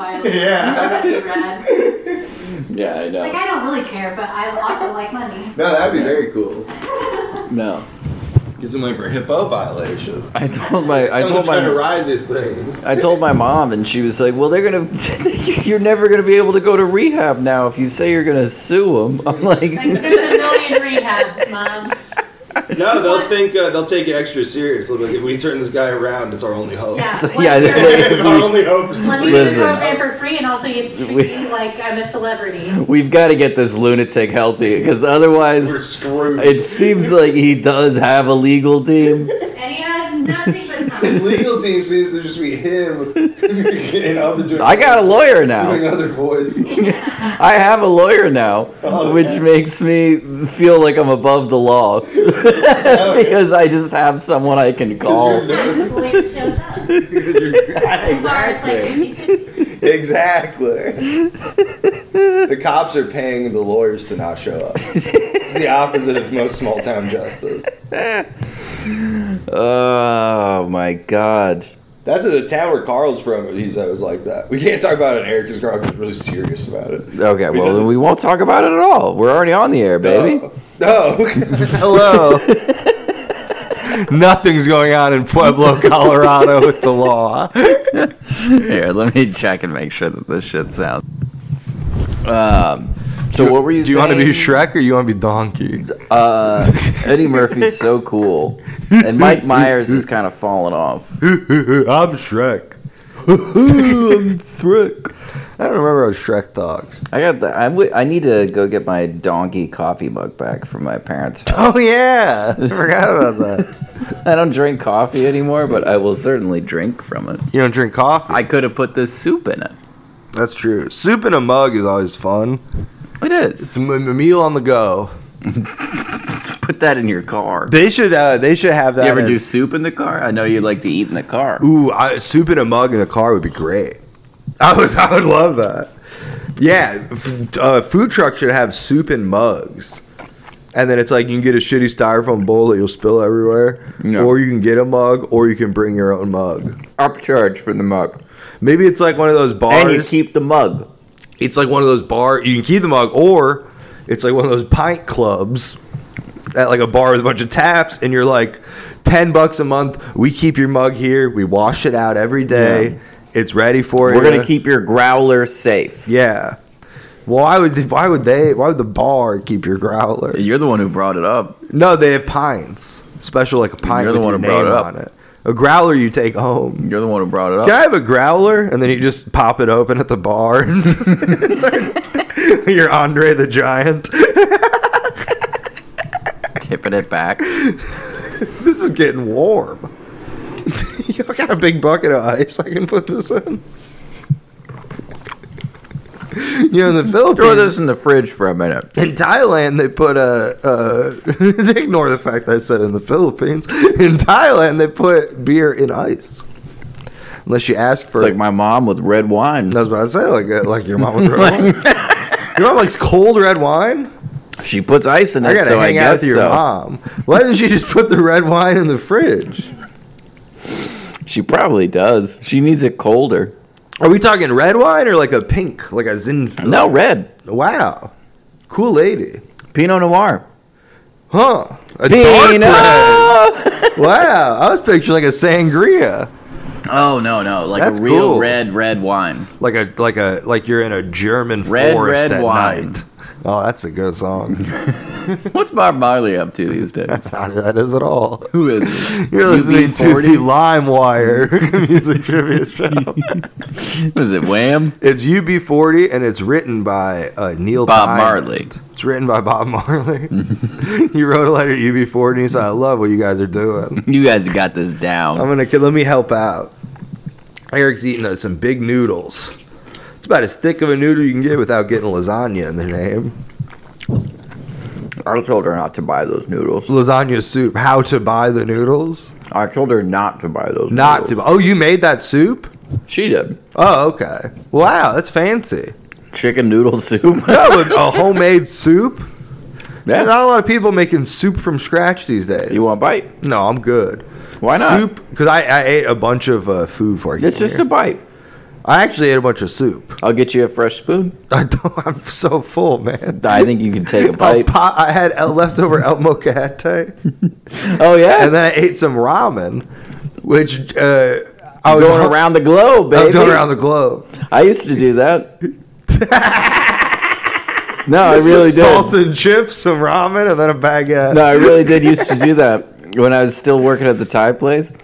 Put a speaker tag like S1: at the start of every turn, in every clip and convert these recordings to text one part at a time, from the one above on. S1: red.
S2: Yeah.
S1: I love red.
S3: Yeah, I
S1: Like
S3: know.
S1: I don't really care, but I also like money.
S2: No, that'd be very cool.
S3: No,
S2: Get some money for hippo violation.
S3: I told my I
S2: Someone's
S3: told
S2: trying to
S3: my
S2: ride these things.
S3: I told my mom, and she was like, "Well, they're gonna. You're never gonna be able to go to rehab now if you say you're gonna sue them." I'm
S1: Like
S3: like,
S1: there's a million rehabs, mom.
S2: No, they'll think uh, they'll take it extra serious. They'll be like, if we turn this guy around, it's our only hope.
S1: Yeah.
S3: So,
S1: one
S3: yeah,
S1: year.
S3: they-
S2: Our only hope is to
S1: Let me do the
S3: Listen.
S1: program for free, and also you treat
S3: We-
S1: me like I'm a celebrity.
S3: we've got to get this lunatic healthy because
S2: we're
S3: otherwise,
S2: screwed.
S3: it seems like he does have a legal
S1: And
S3: team.
S1: he has nothing but
S2: His
S1: time.
S2: legal team seems to just be him and other doing,
S3: I got a lawyer
S2: doing
S3: now.
S2: other voice.
S3: I have a lawyer now,
S2: Oh,
S3: which
S2: yeah.
S3: makes me feel like I'm above the law because I just have someone I can call.
S1: That's the way it shows up. Or it's like,
S2: Exactly. the cops are paying the lawyers to not show up. It's the opposite of most small town justice.
S3: Oh my god.
S2: That's the town where Carl's from. He's always like that. We can't talk about it on air because Carl gets really serious about it.
S3: Okay,
S2: We said
S3: well
S2: that-
S3: then we won't talk about it at all. We're already on the air, baby.
S2: Oh, okay. hello. Nothing's going on in Pueblo, Colorado with the law.
S3: Here, let me check and make sure that this shit sounds. Um, so what were you?
S2: Do you want to be
S3: saying?
S2: Shrek or you want to be Donkey?
S3: Uh, Eddie Murphy's so cool, and Mike Myers is kind of falling off.
S2: I'm Shrek.
S3: Shrek.
S2: I don't remember how Shrek talks.
S3: I got the. I'm, wi- I need to go get my donkey coffee mug back from my parents' house.
S2: Oh yeah, I forgot about that.
S3: I don't drink coffee anymore, but I will certainly drink from it.
S2: You don't drink coffee.
S3: I could have put this soup in it.
S2: That's true. Soup in a mug is always fun.
S3: It
S2: It's
S3: is.
S2: a m- a meal on the go.
S3: Put that in your car.
S2: They should. Uh, they should have that.
S3: You ever do
S2: as-
S3: soup in the car? I know you like to eat in the car.
S2: Ooh, I, soup in a mug in a car would be great. I would. I would love that. Yeah, f- uh, food truck should have soup in mugs. And then it's like you can get a shitty styrofoam bowl that you'll spill everywhere,
S3: Yeah.
S2: or you can get a mug, or you can bring your own mug.
S3: Upcharge for the mug,
S2: Maybe it's like one of those bars.
S3: and you keep the mug.
S2: it's like one of those bar you can keep the mug or it's like one of those pint clubs at like a bar with a bunch of taps and you're like 10 bucks a month we keep your mug here we wash it out every day it's ready for you
S3: We're gonna keep your growler safe.
S2: yeah well, why would why would they why would the bar keep your growler
S3: You're the one who brought it up.
S2: no they have pints special like a pint
S3: You're the
S2: with
S3: one
S2: your
S3: who brought
S2: name
S3: it up.
S2: on it a growler you take home
S3: You're the one who brought it up.
S2: Can I have a growler? And then you just pop it open at the bar. And start, you're Andre the Giant.
S3: Tipping it back.
S2: This is getting warm. you got a big bucket of ice I can put this in. You know, in the
S3: Throw
S2: Philippines,
S3: this in the fridge for a minute.
S2: in Thailand, they put a. Uh, ignore the fact I said in the Philippines. In Thailand, they put beer in ice. Unless you ask for
S3: It's
S2: it.
S3: like my mom with red wine.
S2: That's what I say. Like uh, like your mom with red wine. Your mom likes cold red wine.
S3: She puts ice in
S2: I
S3: it,
S2: gotta
S3: so I
S2: hang out
S3: guess
S2: with your
S3: so.
S2: mom. Why doesn't she just put the red wine in the fridge?
S3: She probably does. She needs it colder.
S2: Are we talking red wine or like a pink, like a Zinfandel?
S3: No, red.
S2: Wow, cool lady,
S3: Pinot Noir.
S2: huh? A dark
S3: Pinot.
S2: red. Wow, I was picturing like a sangria,
S3: Oh no, no, like
S2: That's
S3: a real
S2: cool.
S3: red, red wine.
S2: like a like a like you're in a German
S3: Red,
S2: forest
S3: red
S2: at
S3: wine.
S2: night. Oh, that's a good song.
S3: What's Bob Marley up to these days?
S2: That's not who that is at all.
S3: Who is? he?
S2: You're listening to the
S3: UB40?
S2: LimeWire music trivia show.
S3: What is it Wham?
S2: It's UB40 and it's written by uh, Neil
S3: Bob
S2: Diamond.
S3: Marley.
S2: It's written by Bob Marley. he wrote a letter to UB40 and he said, "I love what you guys are doing.
S3: You guys got this down.
S2: I'm gonna let me help out." Eric's eating uh, some big noodles. It's about as thick of a noodle you can get without getting lasagna in the name.
S3: I told her not to buy those noodles.
S2: Lasagna soup. How to buy the noodles?
S3: I told her not to buy those.
S2: Not to. Oh, you made that soup?
S3: She did.
S2: Oh, okay. Wow, that's fancy.
S3: Chicken noodle soup.
S2: No, but a homemade soup. There's
S3: yeah.
S2: not a lot of people making soup from scratch these days.
S3: You want a bite?
S2: No, I'm good.
S3: Why not?
S2: Soup? Because I, I ate a bunch of uh, food for you.
S3: It's just a bite.
S2: I actually ate a bunch of soup.
S3: I'll get you a fresh spoon.
S2: I don't, I'm so full, man.
S3: I think you can take a
S2: A
S3: bite.
S2: pot, I had el- leftover El Mocate,
S3: Oh yeah,
S2: and then I ate some ramen, which uh, I was
S3: going
S2: hu-
S3: around the globe, baby.
S2: I was going around the globe.
S3: I used to do that. no, I really did.
S2: Salsa and chips, some ramen, and then a baguette.
S3: No, I really did used to do that when I was still working at the Thai place.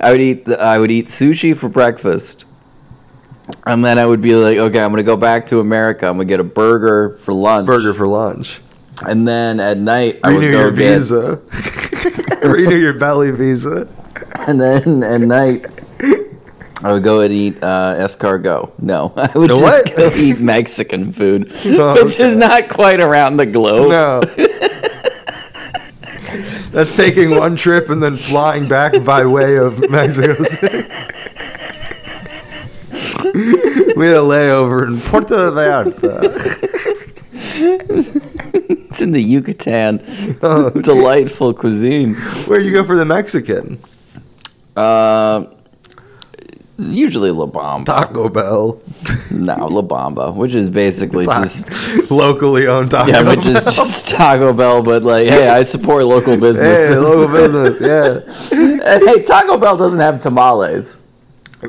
S3: I would eat the, I would eat sushi for breakfast, and then I would be like, okay, I'm gonna go back to America. I'm gonna get a burger for lunch,
S2: Burger for lunch.
S3: and then at night I would
S2: Renew
S3: go
S2: your
S3: get,
S2: visa. Renew your belly visa.
S3: and then at night. I would go and eat uh, escargot. No, I would
S2: The
S3: just
S2: what?
S3: go eat Mexican food,
S2: Oh,
S3: which is not quite around the globe.
S2: No. That's taking one trip and then flying back by way of Mexico City. we had a layover in Puerto Vallarta.
S3: It's in the Yucatan. It's
S2: Oh.
S3: a delightful cuisine.
S2: Where'd you go for the Mexican?
S3: Uh, usually La Bamba.
S2: Taco Bell.
S3: No, La Bamba, which is basically just
S2: Locally owned Taco
S3: yeah,
S2: Bell.
S3: which is just Taco Bell, but like, hey, I support local businesses.
S2: Hey, local business, yeah.
S3: And, hey, Taco Bell doesn't have tamales.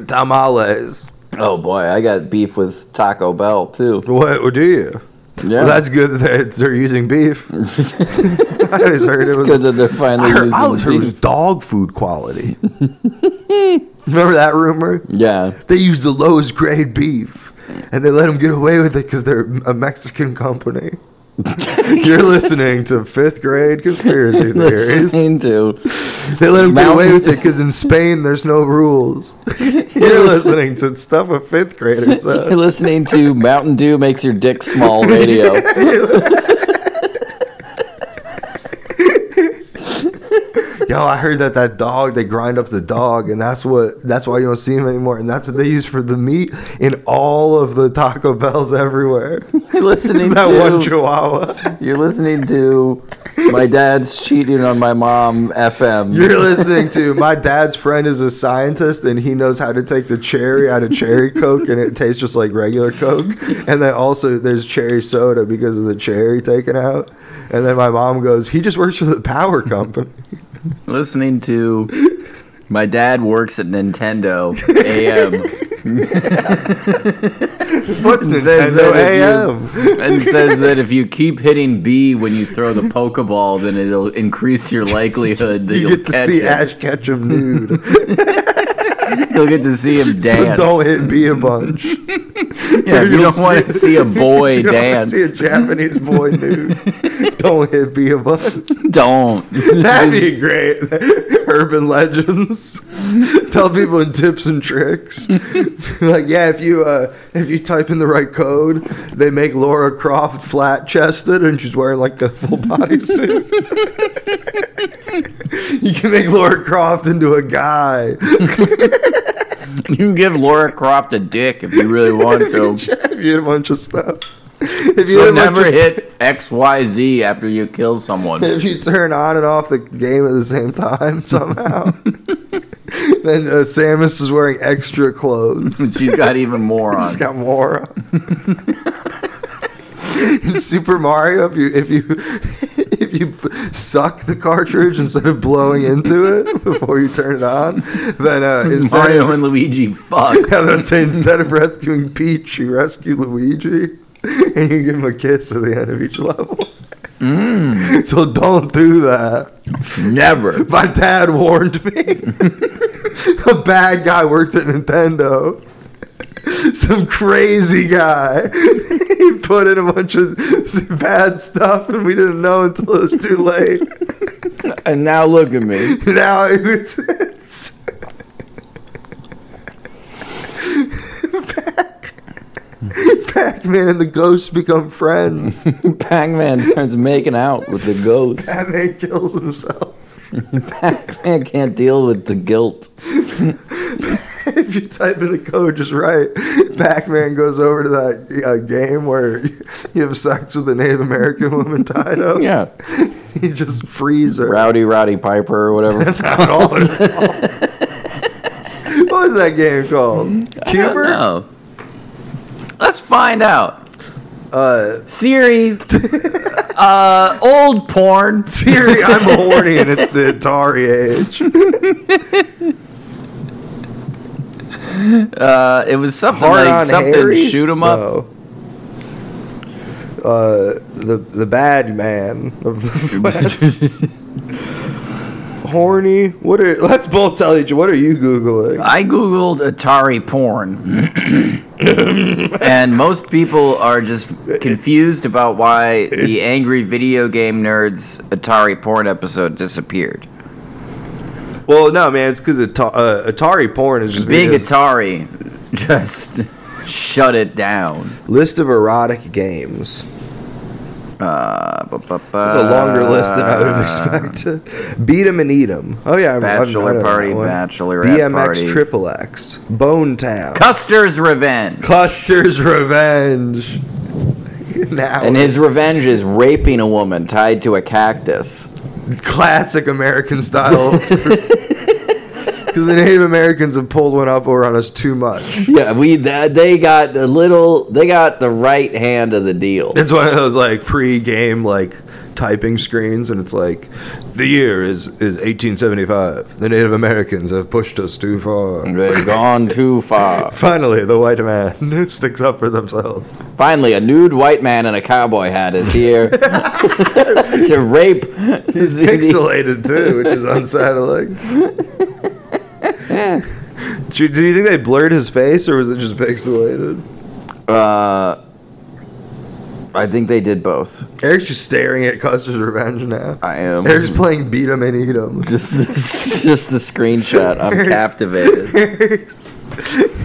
S2: Tamales.
S3: Oh boy, I got beef with Taco Bell too.
S2: What do you?
S3: Yeah,
S2: Well, that's good that they're, they're using beef. I always heard it was.
S3: because they're finally
S2: I, heard, I always
S3: using
S2: heard it was
S3: beef.
S2: dog food quality. Remember that rumor?
S3: Yeah,
S2: They used the lowest grade beef, and they let them get away with it because they're a Mexican company. You're listening to fifth grade conspiracy theories.
S3: listening to
S2: They let them get away
S3: Mountain-
S2: with it because in Spain there's no rules. You're listening to stuff a fifth grader said.
S3: you're listening to Mountain Dew makes your dick small radio.
S2: Yo, I heard that that dog they grind up the dog, and that's what that's why you don't see him anymore, and that's what they use for the meat in all of the Taco Bells everywhere.
S3: You're listening
S2: that
S3: to
S2: one Chihuahua.
S3: You're listening to my dad's cheating on my mom FM.
S2: You're listening to my dad's friend is a scientist, and he knows how to take the cherry out of cherry Coke, and it tastes just like regular Coke. And then also there's cherry soda because of the cherry taken out. And then my mom goes, he just works for the power company.
S3: listening to my dad works at Nintendo AM
S2: What's
S3: It says
S2: Nintendo
S3: that if
S2: AM?
S3: and says that if you keep hitting B when you throw the Pokeball, then it'll increase your likelihood that
S2: You
S3: you will
S2: get to
S3: catch
S2: see
S3: it.
S2: Ash Ketchum nude.
S3: You'll get to see him dance.
S2: So don't hit B a bunch.
S3: yeah, if you
S2: you'll
S3: don't want
S2: see-
S3: to see a boy
S2: you don't wanna
S3: dance.
S2: see a Japanese boy nude. don't hit B a bunch.
S3: Don't.
S2: That'd be great. Urban legends. Tell people in tips and tricks. like, yeah, if you uh, if you type in the right code, they make Laura Croft flat chested and she's wearing like a full body suit. you can make Laura Croft into a guy.
S3: you can give Laura Croft a dick if you really want to.
S2: if you hit a bunch of stuff. If you hit
S3: You will
S2: a bunch
S3: never
S2: of stuff-
S3: hit XYZ after you kill someone.
S2: if you turn on and off the game at the same time somehow, then uh, Samus is wearing extra clothes.
S3: She's got even more on.
S2: She's got more. In Super Mario, if you if you if you suck the cartridge instead of blowing into it before you turn it on, then uh, instead
S3: Mario
S2: of,
S3: and Luigi, fuck.
S2: I was gonna say, instead of rescuing Peach, you rescue Luigi, and you give him a kiss at the end of each level. So don't do that.
S3: Never.
S2: My dad warned me. a bad guy worked at Nintendo. Some crazy guy. he put in a bunch of bad stuff, and we didn't know until it was too late.
S3: And now look at me.
S2: now it's. it's Pac Man and the ghosts become friends.
S3: Pac-Man starts making out with the ghost.
S2: Batman kills himself.
S3: Pac-Man can't deal with the guilt.
S2: if you type in the code just right, Pac-Man goes over to that uh, game where you have sex with a Native American woman tied up.
S3: Yeah.
S2: He just frees her.
S3: Rowdy Roddy Piper or whatever.
S2: That's not at all what it's called. what was that game called? Cuber?
S3: No. Let's find out.
S2: Uh,
S3: Siri, uh, old porn.
S2: Siri, I'm horny, and it's the Atari age.
S3: Uh, it was something
S2: Hard
S3: like
S2: on
S3: something
S2: Harry?
S3: shoot 'em up.
S2: No. Uh, the the bad man of the West. horny. What are? Let's both tell each. What are you googling?
S3: I googled Atari porn, and most people are just confused about why
S2: It's-
S3: the angry video game nerds Atari porn episode disappeared.
S2: Well, no, man. It's because Atari, uh, Atari porn is just
S3: Big
S2: because-
S3: Atari just shut it down.
S2: list of erotic games.
S3: Uh, bu- uh, bu- bu-
S2: It's a longer list than I would have expected. Beat 'em and eat 'em. Oh yeah, I'm,
S3: Bachelor
S2: I'm,
S3: party, bachelorette
S2: BMX
S3: party.
S2: Triple X, Bone Town,
S3: Custer's Revenge.
S2: Custer's Revenge. now
S3: And his revenge is raping a woman tied to a cactus.
S2: classic American style. Because the Native Americans have pulled one up over on us too much.
S3: Yeah, we th- they got the little they got the right hand of the deal.
S2: It's one of those like pre-game like typing screens, and it's like the year is is 1875. The Native Americans have pushed us too far.
S3: They've gone too far.
S2: Finally, the white man sticks up for themselves.
S3: Finally, a nude white man in a cowboy hat is here to rape.
S2: He's
S3: the-
S2: pixelated too, which is unsettling. Do you, do you think they blurred his face, or was it just pixelated?
S3: Uh, I think they did both.
S2: Eric's just staring at Custer's Revenge now.
S3: I am
S2: Eric's playing beat 'em and eat 'em.
S3: just just the screenshot. I'm
S2: There's-
S3: captivated.
S2: Eric's,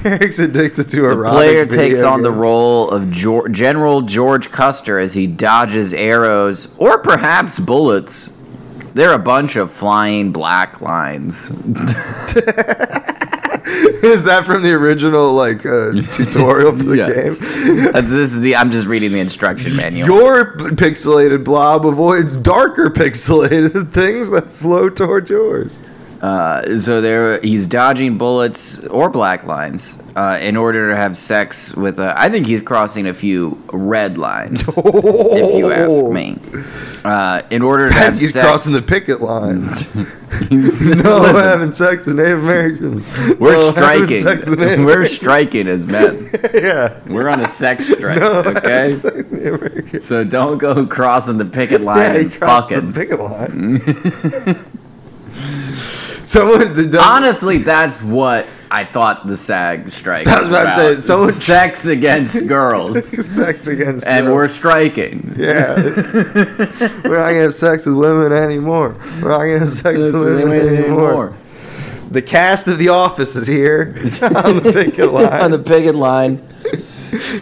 S2: Eric's addicted to
S3: The
S2: erotic.
S3: player
S2: video
S3: takes on the
S2: games.
S3: role of Geor General George Custer as he dodges arrows or perhaps bullets. They're a bunch of flying black lines.
S2: Is that from the original like uh, tutorial for the
S3: Yes.
S2: game?
S3: That's, this is the. I'm just reading the instruction manual.
S2: Your p- pixelated blob avoids darker pixelated things that flow towards yours.
S3: Uh, so there, he's dodging bullets or black lines uh, in order to have sex with. A, I think he's crossing a few red lines, if
S2: Oh.
S3: you ask me. Uh, in order to have
S2: He's
S3: sex,
S2: crossing the picket line. no,
S3: no,
S2: we're having sex with Native Americans.
S3: We're
S2: No, having sex with
S3: striking.
S2: Native
S3: We're striking as men.
S2: Americans. yeah.
S3: We're on a sex strike,
S2: No, we're
S3: okay?
S2: having sex with Native Americans.
S3: So don't go crossing the picket line
S2: Yeah, he
S3: and
S2: crossed
S3: fucking.
S2: the picket line. Someone, the, the,
S3: Honestly, that's what I thought the SAG strike.
S2: I was about to say, someone-
S3: sex against girls,
S2: sex against
S3: and
S2: girls.
S3: we're striking.
S2: yeah, we're not gonna have sex with women anymore. We're not gonna have sex with women anymore. The cast of The Office is here on the picket line.
S3: On the picket line,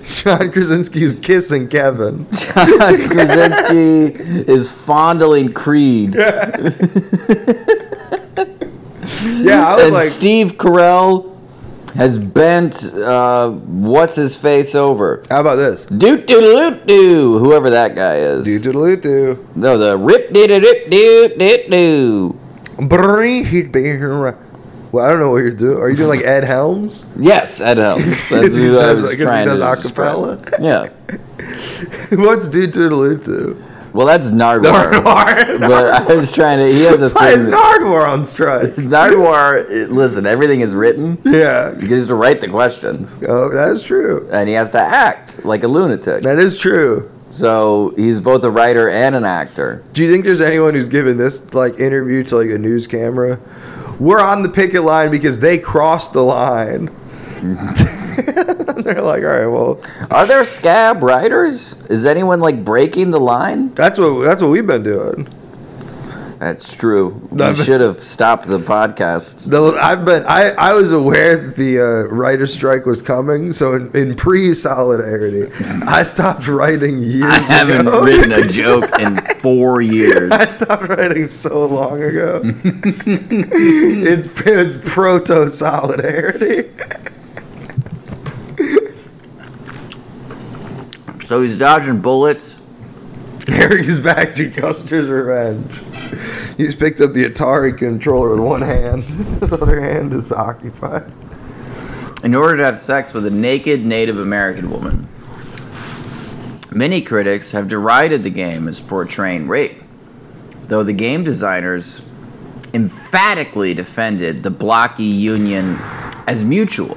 S2: John Krasinski's kissing Kevin.
S3: John Krasinski is fondling Creed,
S2: Yeah, I was
S3: and
S2: like,
S3: Steve Carell has bent uh, what's his face over.
S2: how about this?
S3: Doot doot doot doo, whoever that guy is.
S2: Do doodle do.
S3: No, the rip did it rip doot doot doo.
S2: Well, I don't know what you're doing. Are you doing like Ed Helms?
S3: Yes, Ed Helms. That's
S2: he
S3: who I
S2: does,
S3: was
S2: I guess he
S3: trying
S2: does
S3: to
S2: acapella.
S3: describe. Yeah.
S2: What's do doodle do?
S3: Well, that's Nardwar.
S2: Nardwar.
S3: but I was trying to. He has a
S2: Why is
S3: thing. that-
S2: Nardwar on strike?
S3: Nardwar. eh, Listen, everything is written.
S2: Yeah.
S3: He gets to write the questions,
S2: Oh, that's true.
S3: and he has to act like a lunatic.
S2: That is true.
S3: So he's both a writer and an actor.
S2: Do you think there's anyone who's given this like interview to like a news camera? We're on the picket line because they crossed the line. They're like, all right, well,
S3: Are there scab writers? Is anyone like breaking the line?
S2: that's what that's what we've been doing.
S3: That's true. We
S2: No, but-
S3: should have stopped the podcast.
S2: Though I've been, I, I was aware that the uh, writer's strike was coming, so in, in pre-solidarity, I stopped writing years
S3: I haven't
S2: ago.
S3: written a joke in four years.
S2: I stopped writing so long ago. it's it's proto solidarity.
S3: So he's dodging bullets.
S2: Harry's back to Custer's revenge. He's picked up the Atari controller with one hand. His other hand is occupied.
S3: in order to have sex with a naked Native American woman. Many critics have derided the game as portraying rape, though the game designers emphatically defended the blocky union as mutual.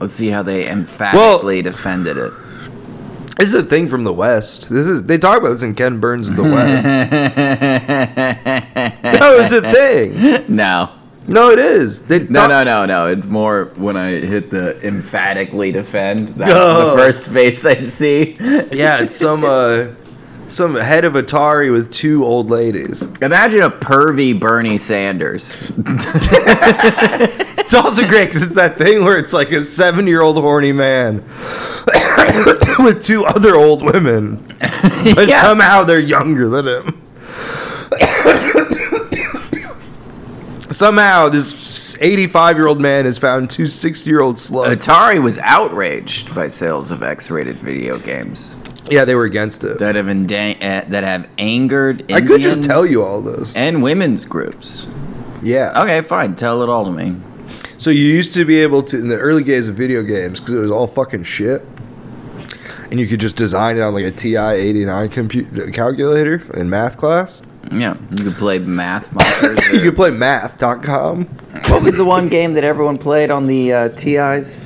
S3: Let's see how they emphatically defended it.
S2: This is a thing from the West. This is they talk about this in Ken Burns of the West. no, it's a thing.
S3: No.
S2: No, it is. They
S3: No,
S2: talk-
S3: no, no, no. It's more when I hit the emphatically defend. That's
S2: Oh.
S3: the first face I see.
S2: Yeah, it's some uh, some head of Atari with two old ladies.
S3: Imagine a pervy Bernie Sanders.
S2: It's also great because it's that thing where it's like a seven year old horny man with two other old women, but
S3: Yeah.
S2: somehow they're younger than him. somehow, this 85 year old man has found two 60 year old sluts.
S3: Atari was outraged by sales of X-rated video games
S2: yeah, they were against it.
S3: that have inda- uh, that have angered Indian
S2: I could just tell you all this.
S3: and women's groups.
S2: Yeah.
S3: Okay, fine. Tell it all to me.
S2: So you used to be able to in the early days of video games because it was all fucking shit, and you could just design it on like a TI eighty nine computer calculator in math class.
S3: Yeah, you could play math monsters.
S2: You
S3: or-
S2: could play math.com.
S3: what was the one game that everyone played on the uh, TIs?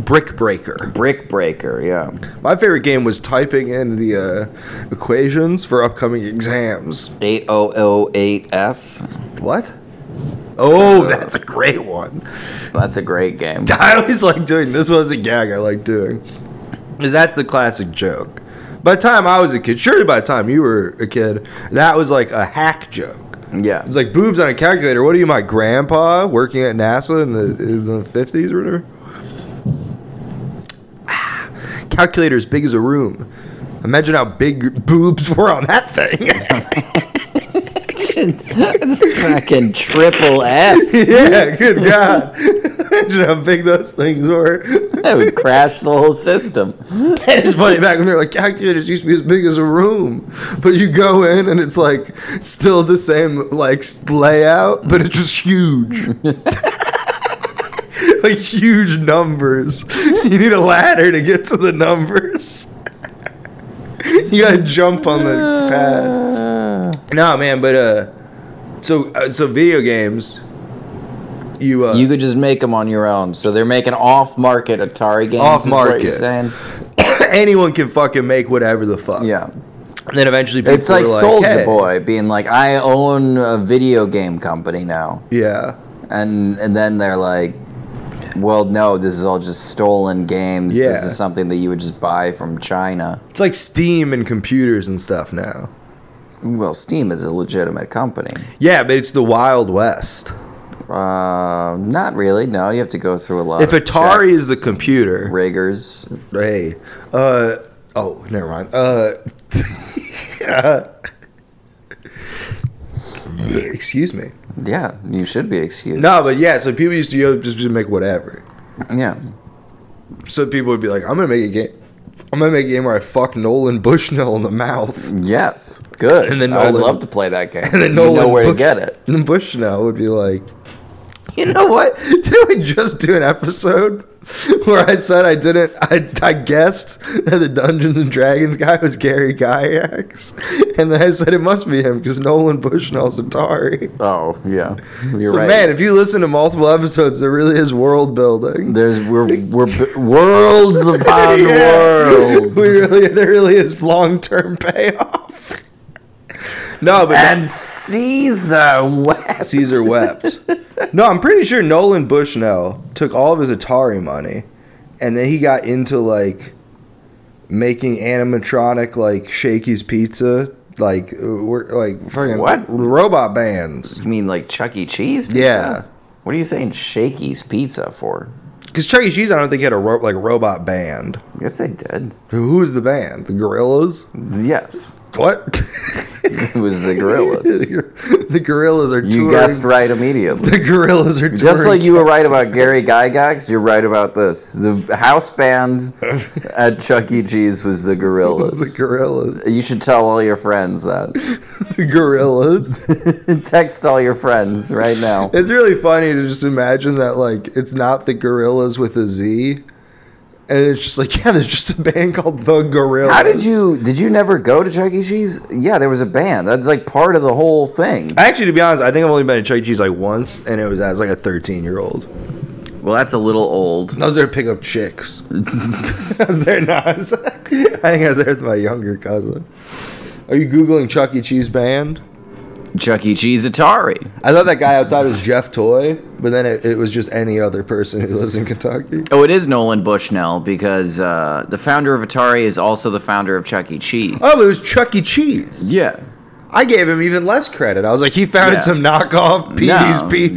S2: Brick Breaker.
S3: Brick Breaker. Yeah.
S2: My favorite game was typing in the uh, equations for upcoming exams.
S3: 8008S.
S2: What? Oh, that's a great one.
S3: That's a great game.
S2: I always like doing this was a gag I like doing. Is that's the classic joke. By the time I was a kid, surely by the time you were a kid, that was like a hack joke.
S3: Yeah.
S2: It's like boobs on a calculator. What are you, my grandpa working at NASA in the in the fifties or whatever? Ah, Calculator as big as a room. Imagine how big boobs were on that thing.
S3: That's fucking triple F.
S2: yeah, good God. Imagine how big those things were.
S3: That would crash the whole system.
S2: It's funny back when they're like calculators used to be as big as a room, but you go in and it's like still the same like s- layout, but it's just huge, like huge numbers. You need a ladder to get to the numbers. you gotta jump on the pad. No, man, but uh, so uh, so video games. You uh,
S3: You could just make them on your own. So they're making off-market Atari games. is What
S2: Off-market.
S3: you're saying?
S2: anyone can fucking make whatever the fuck.
S3: Yeah.
S2: And then eventually people
S3: It's like
S2: were
S3: Soldier
S2: "Hey."
S3: Boy being like, I own a video game company now,
S2: Yeah.
S3: and and then they're like, Well, no, this is all just stolen games. This
S2: Yeah.
S3: is something that you would just buy from China.
S2: It's like Steam and computers and stuff now.
S3: Well, Steam is a legitimate company.
S2: Yeah, but it's the Wild West.
S3: Uh, not really. No, you have to go through a lot.
S2: If
S3: of
S2: Atari
S3: checks,
S2: is the computer,
S3: riggers,
S2: hey, uh, oh, never mind. Uh, excuse me.
S3: yeah, you should be excused.
S2: No, but yeah, so people used to you know, just just make whatever.
S3: Yeah,
S2: So people would be like, I'm gonna make a game. I'm gonna make a game where I fuck Nolan Bushnell in the mouth.
S3: yes, good.
S2: And then
S3: I would
S2: Nolan-
S3: love to play that game.
S2: And then
S3: You
S2: Nolan
S3: know where to
S2: Bush-
S3: get it.
S2: And Bushnell would be like, you know what? Didn't we just do an episode where I said I didn't? I, I guessed that the Dungeons and Dragons guy was Gary Gygax, and then I said it must be him because Nolan Bushnell's Atari.
S3: Oh yeah, you're
S2: so
S3: right.
S2: man, if you listen to multiple episodes, there really is world building.
S3: There's we're we're b- worlds upon worlds.
S2: we really, there really is long term payoff. no, but
S3: and Caesar West.
S2: Caesar wept. No, I'm pretty sure Nolan Bushnell took all of his Atari money and then he got into like making animatronic like Shakey's Pizza, like uh, wor- like fucking
S3: What?
S2: robot bands.
S3: You mean like Chuck E. Cheese? pizza?
S2: Yeah.
S3: What are you saying, Shakey's Pizza for?
S2: Cuz Chuck E. Cheese I don't think had a ro- like robot band.
S3: Yes, they did.
S2: Who- Who's the band? The Gorillas?
S3: Yes.
S2: What?
S3: It was the gorillas.
S2: the gorillas are
S3: You
S2: touring.
S3: guessed right immediately.
S2: The gorillas are touring.
S3: Just like you were right about Gary Gygax, you're right about this. The house band at Chuck E. Cheese was the
S2: the
S3: gorillas.
S2: gorillas.
S3: You should tell all your friends that.
S2: The gorillas.
S3: Text all your friends right now.
S2: It's really funny to just imagine that like it's not the gorillas with a Z. And it's just like, yeah, there's just a band called The Gorillas.
S3: How did you did you never go to Chuck E. Cheese? Yeah, there was a band. That's like part of the whole thing.
S2: Actually, to be honest, I think I've only been to Chuck E. Cheese like once, and it was as like a 13 year old.
S3: Well, that's a little old.
S2: I was there to pick up chicks. I was there not. I, was- I think I was there with my younger cousin. Are you googling Chuck E. Cheese band?
S3: Chuck E. Cheese Atari.
S2: I thought that guy outside was Jeff Toy, but then it, it was just any other person who lives in Kentucky.
S3: Oh, it is Nolan Bushnell because uh, the founder of Atari is also the founder of Chuck E. Cheese.
S2: Oh, it was Chuck E. Cheese.
S3: Yeah.
S2: I gave him even less credit. I was like, he founded
S3: Yeah.
S2: some knockoff Petey's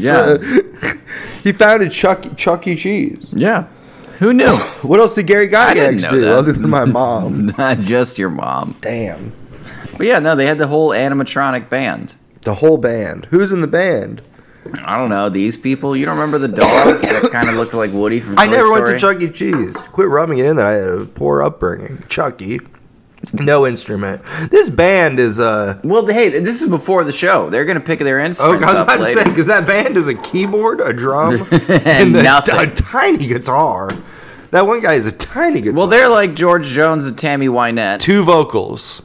S3: No,
S2: Pizza. he founded Chuck Chuck E. Cheese.
S3: Yeah. Who knew?
S2: What else did Gary
S3: didn't
S2: Gygax
S3: know
S2: do
S3: that.
S2: other than my mom?
S3: Not just your mom.
S2: Damn.
S3: But yeah, no, they had the whole animatronic band.
S2: The whole band. Who's in the band?
S3: I don't know, these people. You don't remember the dog that kind of looked like Woody from Toy
S2: I never went to
S3: Story?
S2: Chuck E. Cheese. Quit rubbing it in that I had a poor upbringing. Chuck E. No instrument. This band is uh
S3: Well, hey, this is before the show. They're going to pick their
S2: oh, I was
S3: instruments up
S2: about to
S3: later.
S2: say because that band is a keyboard, a drum, and a-
S3: Nothing.
S2: a tiny guitar. That one guy is a tiny guitar.
S3: well, they're like George Jones and Tammy Wynette.
S2: two vocals.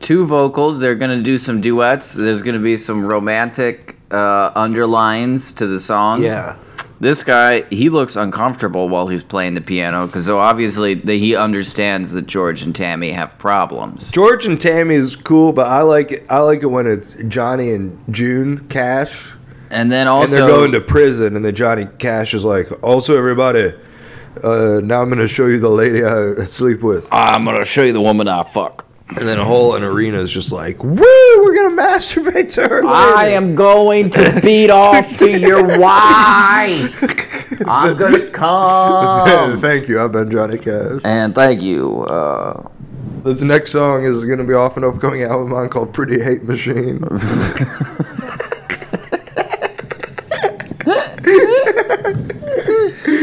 S3: two vocals. They're going to do some duets. There's going to be some romantic uh, underlines to the song.
S2: Yeah.
S3: This guy, he looks uncomfortable while he's playing the piano because so obviously that he understands that George and Tammy have problems.
S2: George and Tammy is cool, but I like it. I like it when it's Johnny and June Cash,
S3: And then also,
S2: and they're going to prison, and then Johnny Cash is like, "Also, everybody, uh, now I'm going to show you the lady I sleep with."
S3: I'm going to show you the woman I fuck.
S2: And then a whole arena is just like, "Woo, we're gonna masturbate to her." Later.
S3: I am going to beat off to your wife. I'm going to come.
S2: Thank you. I've been Johnny Cash.
S3: And thank you. Uh,
S2: This next song is going to be off an upcoming album on called Pretty Hate Machine.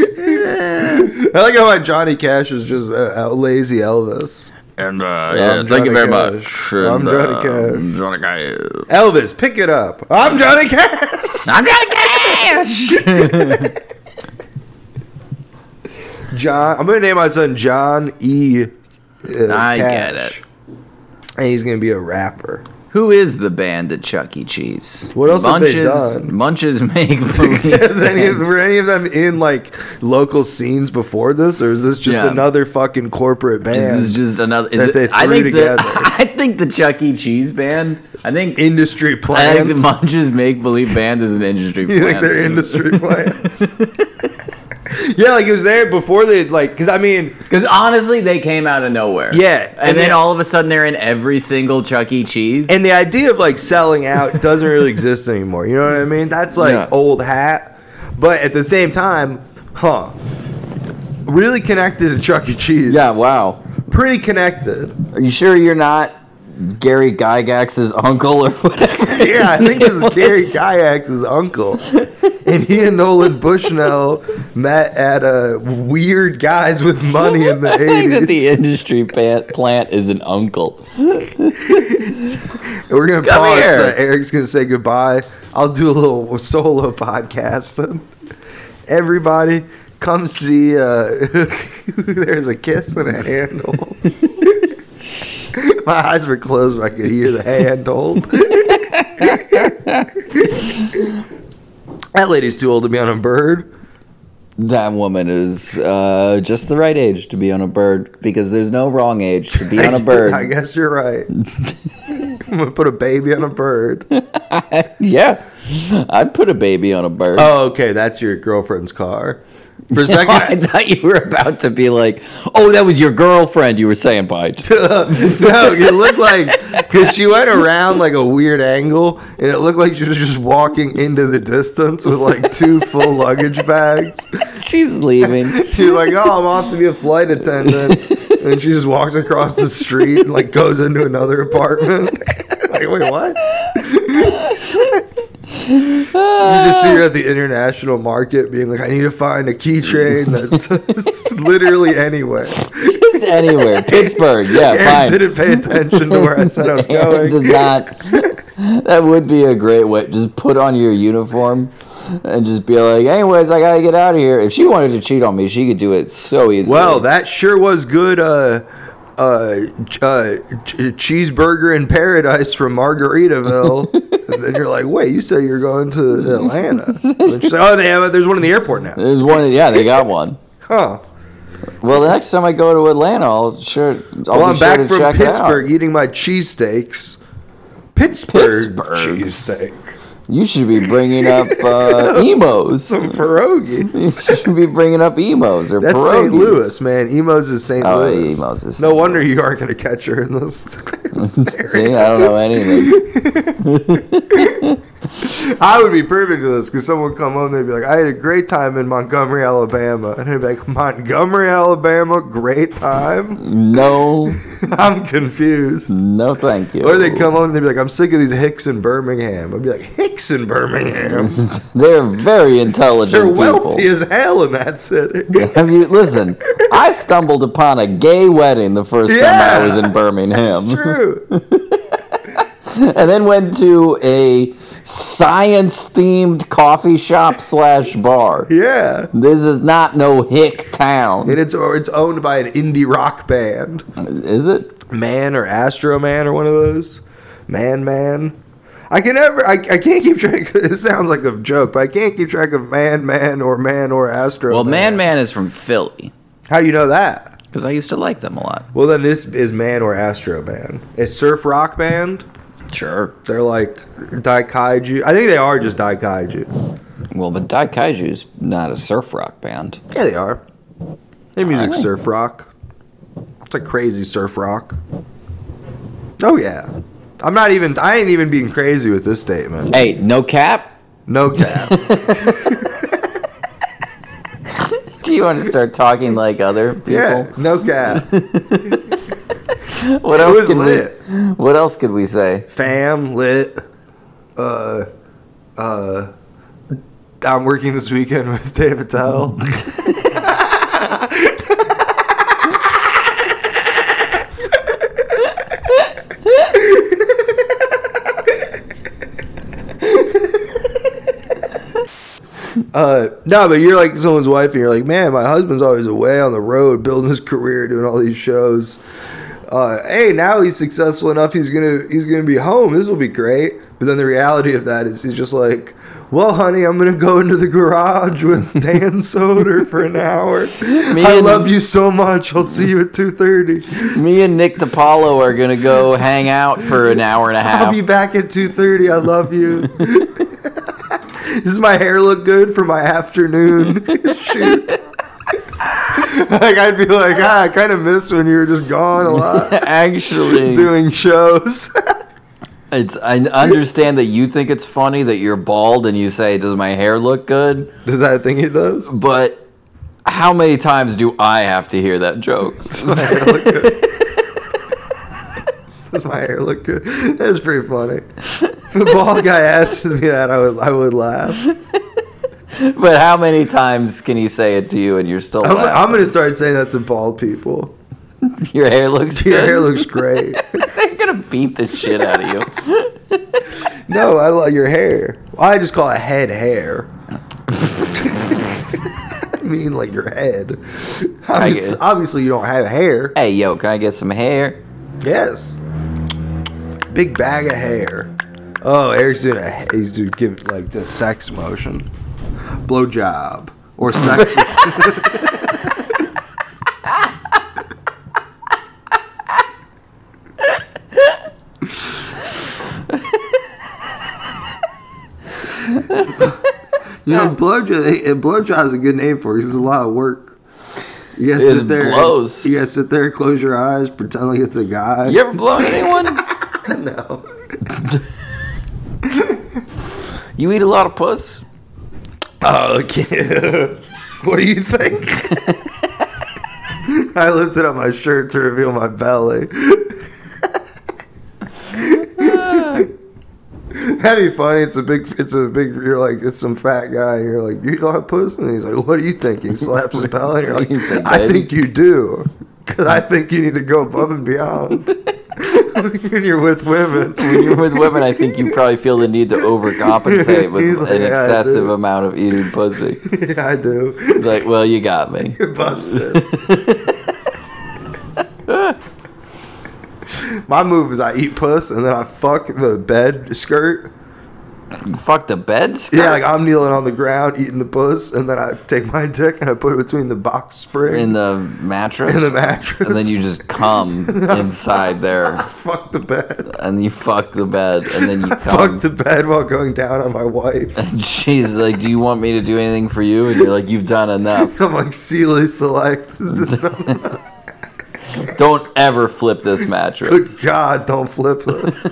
S2: I like how my Johnny Cash is just uh, uh, lazy Elvis.
S4: And uh,
S2: yeah,
S4: yeah,
S2: I'm
S4: thank you very
S2: Johnny
S4: much.
S2: Cash.
S4: And,
S2: I'm Johnny
S4: uh,
S2: Cash.
S4: I'm Johnny Cash.
S2: Elvis, pick it up. I'm Johnny Cash.
S3: I'm Johnny Cash.
S2: John. I'm going to name my son John E. uh,
S3: I get
S2: Cash. And he's going to be a rapper.
S3: Who is the band at Chuck E. Cheese?
S2: What else have they done?
S3: Munches make
S2: Is any of,
S3: believe.
S2: were any of them in like local scenes before this, or is this just
S3: Yeah.
S2: another fucking corporate band?
S3: This is just another. Is
S2: that
S3: it-
S2: they
S3: I
S2: threw
S3: think
S2: together.
S3: the I think the Chuck E. Cheese band. I think
S2: industry
S3: I think the
S2: plans.
S3: Munches make believe band is an industry.
S2: you think
S3: plan.
S2: they're industry plans? yeah, like it was there before they like. Because I mean,
S3: Because honestly, they came out of nowhere.
S2: Yeah,
S3: and,
S2: and
S3: then
S2: they-
S3: all of a sudden they're in every single Chuck E. Cheese.
S2: and the idea of like selling out doesn't really exist anymore. You know what I mean? That's like
S3: Yeah.
S2: old hat. But at the same time, huh? Really connected to Chuck E. Cheese.
S3: yeah, wow.
S2: pretty connected.
S3: Are you sure you're not Gary Gygax's uncle or whatever?
S2: Yeah, I think this is Gary
S3: Gygax.
S2: Gygax's uncle. And he and Nolan Bushnell met at a weird guys with money in the
S3: I think that the
S2: 80s.
S3: industry pa- plant is an uncle.
S2: We're going to
S3: Come
S2: pause.
S3: here.
S2: uh, Eric's going to say goodbye. I'll do a little solo podcast. Everybody, come see. Uh, there's a kiss and a hand hold. My eyes were closed, but I could hear the hand hold. that lady's too old to be on a bird.
S3: That woman is uh, just the right age to be on a bird because there's no wrong age to be on a
S2: I
S3: bird.
S2: guess you're right. I'm gonna put a baby on a bird.
S3: yeah, I'd put a baby on a bird.
S2: Oh, okay, that's your girlfriend's car. For a
S3: I
S2: second,
S3: thought you were about to be like, "Oh, that was your girlfriend." You were saying, "Bite."
S2: no, it looked like because she went around like a weird angle, and it looked like she was just walking into the distance with like two full luggage bags.
S3: She's leaving.
S2: She was like, "Oh, I'm off to be a flight attendant," and she just walks across the street and like goes into another apartment. like, wait, what? you just see her at the international market being like, I need to find a keychain that's literally anywhere.
S3: Just anywhere. Pittsburgh. Yeah,
S2: Aaron
S3: Uh, fine.
S2: didn't pay attention to where I said I was
S3: Aaron
S2: going.
S3: does not. That would be a great way. Just put on your uniform and just be like, anyways, I gotta get out of here. If she wanted to cheat on me, she could do it so easily.
S2: Well, that sure was good. Uh, uh, ch- uh, ch- cheeseburger in paradise from Margaritaville. and then you're like, wait, you say you're going to Atlanta? And she's like, oh, they have. A, there's one in the airport now.
S3: there's one. Yeah, they got one.
S2: Huh.
S3: Well, the next time I go to Atlanta, I'll sure. I'll
S2: Well,
S3: be
S2: I'm
S3: sure
S2: back
S3: to
S2: from
S3: check it out.
S2: Pittsburgh eating my cheesesteaks. Pittsburgh,
S3: Pittsburgh.
S2: cheesesteak.
S3: You should be bringing up uh, emos.
S2: Some pierogies.
S3: You should be bringing up emos or
S2: That's St.
S3: pierogies.
S2: Louis, man. Emos is St.
S3: Oh,
S2: Louis.
S3: Emos is
S2: no
S3: St.
S2: wonder you aren't going to catch her in this. this
S3: See,
S2: area.
S3: I don't know anything.
S2: I would be perfect for this because someone would come home they'd be like, I had a great time in Montgomery, Alabama. And I'd be like, Montgomery, Alabama, great time?
S3: No,
S2: I'm confused.
S3: no, thank you.
S2: Or they come home and they'd be like, I'm sick of these Hicks in Birmingham. I'd be like, Hicks in Birmingham?
S3: They're very intelligent
S2: They're
S3: people.
S2: wealthy as hell in that city.
S3: Have you listen? I stumbled upon a gay wedding the first time I was
S2: Yeah,
S3: in Birmingham,
S2: It's true.
S3: and then went to a science-themed coffee shop slash bar.
S2: Yeah.
S3: This is not no hick town,
S2: And it's or it's owned by an indie rock band.
S3: is it?
S2: Man or Astro Man or one of those. Man Man. I can never I, I can't keep track it sounds like a joke, but I can't keep track of Man Man or Man or Astro
S5: Well, Man Man is from Philly
S2: How you know that?
S5: because I used to like them a lot.
S2: Well then this is Man or Astro Man. It's surf rock band.
S5: Sure.
S2: They're like Daikaiju. I think they are just Daikaiju.
S3: Well, but Daikaiju's not a surf rock band.
S2: Yeah they are. Their music's surf rock. It's like crazy surf rock. Oh yeah. I'm not even I ain't even being crazy with this statement.
S3: Hey, no cap.
S2: No cap.
S3: Do you want to start talking like other people?
S2: yeah, no cap.
S3: What
S2: It
S3: else
S2: was
S3: could
S2: lit.
S3: we? What else could we say?
S2: Fam lit. Uh, uh, I'm working this weekend with David Tell. Uh, no, but you're like someone's wife, and you're like, man, my husband's always away on the road, building his career, doing all these shows. Uh, hey, now he's successful enough. He's gonna he's gonna be home. This will be great. But then the reality of that is he's just like, well, honey, I'm gonna go into the garage with Dan Soder for an hour. I
S3: and-
S2: love you so much. I'll see you at two thirty.
S3: Me and Nick DiPaolo are gonna go hang out for an hour and a half.
S2: I'll be back at 2:30. I love you. Does my hair look good for my afternoon shoot? like I'd be like, ah, I kind of miss when you were just gone a lot
S3: Actually,
S2: doing shows.
S3: it's I understand that you think it's funny that you're bald and you say, "Does my hair look good?"
S2: Does that think it does?
S3: But how many times do I have to hear that joke?
S2: Does my hair look good? Does my hair look good? That's pretty funny. If a bald guy asked me that, I would I would laugh.
S3: but how many times can he say it to you and you're still
S2: I'm,
S3: like,
S2: I'm gonna start saying that to bald people.
S3: "Your hair looks
S2: Your
S3: good."
S2: hair looks great.
S3: They're gonna beat the shit out of you.
S2: No, I love your hair. I just call it head hair. I mean, like your head. Obvious-
S3: get it.
S2: obviously, you don't have hair.
S3: hey, yo, can I get some hair?
S2: Yes. Big bag of hair. Oh, Eric's doing a he's doing give like the sex motion, blow job or sex. you know, blow job. Blow job is a good name for it. 'cause It's a lot of work. You gotta
S3: It
S2: sit there. and-
S3: blows.
S2: You gotta sit there, close your eyes, pretend like it's a guy.
S3: You ever blown anyone?
S2: No.
S3: You eat a lot of puss.
S2: Okay. what do you think? I lifted up my shirt to reveal my belly. That'd be funny. It's a big. It's a big. You're like it's some fat guy, and you're like you don't have puss, and he's like, what do you think? He slaps his palate, and you're
S6: What do you
S2: like,
S6: think,
S2: I
S6: baby?"
S2: think you do, because I think you need to go above and beyond. when you're with women,
S6: When you're with women, I think you probably feel the need to overcompensate
S2: He's
S6: with
S2: like,
S6: an
S2: "Yeah, I
S6: excessive
S2: do."
S6: amount of eating pussy.
S2: yeah, I do.
S6: Like, well, you got me.
S2: You're busted. My move is I eat puss and then I fuck the bed skirt.
S3: Fuck the beds.
S2: Yeah, like I'm kneeling on the ground eating the puss, and then I take my dick and I put it between the box spring
S3: in the mattress.
S2: and the mattress.
S3: And then you just come inside there,
S2: fuck the bed.
S3: and you fuck the bed, and then you
S2: I
S3: come.
S2: fucked the bed while going down on my wife.
S3: And she's like, "Do you want me to do anything for you?" And you're like, "You've done enough.
S2: I'm like, Sealy select. Good
S3: Don't ever flip this mattress."
S2: God, don't flip this.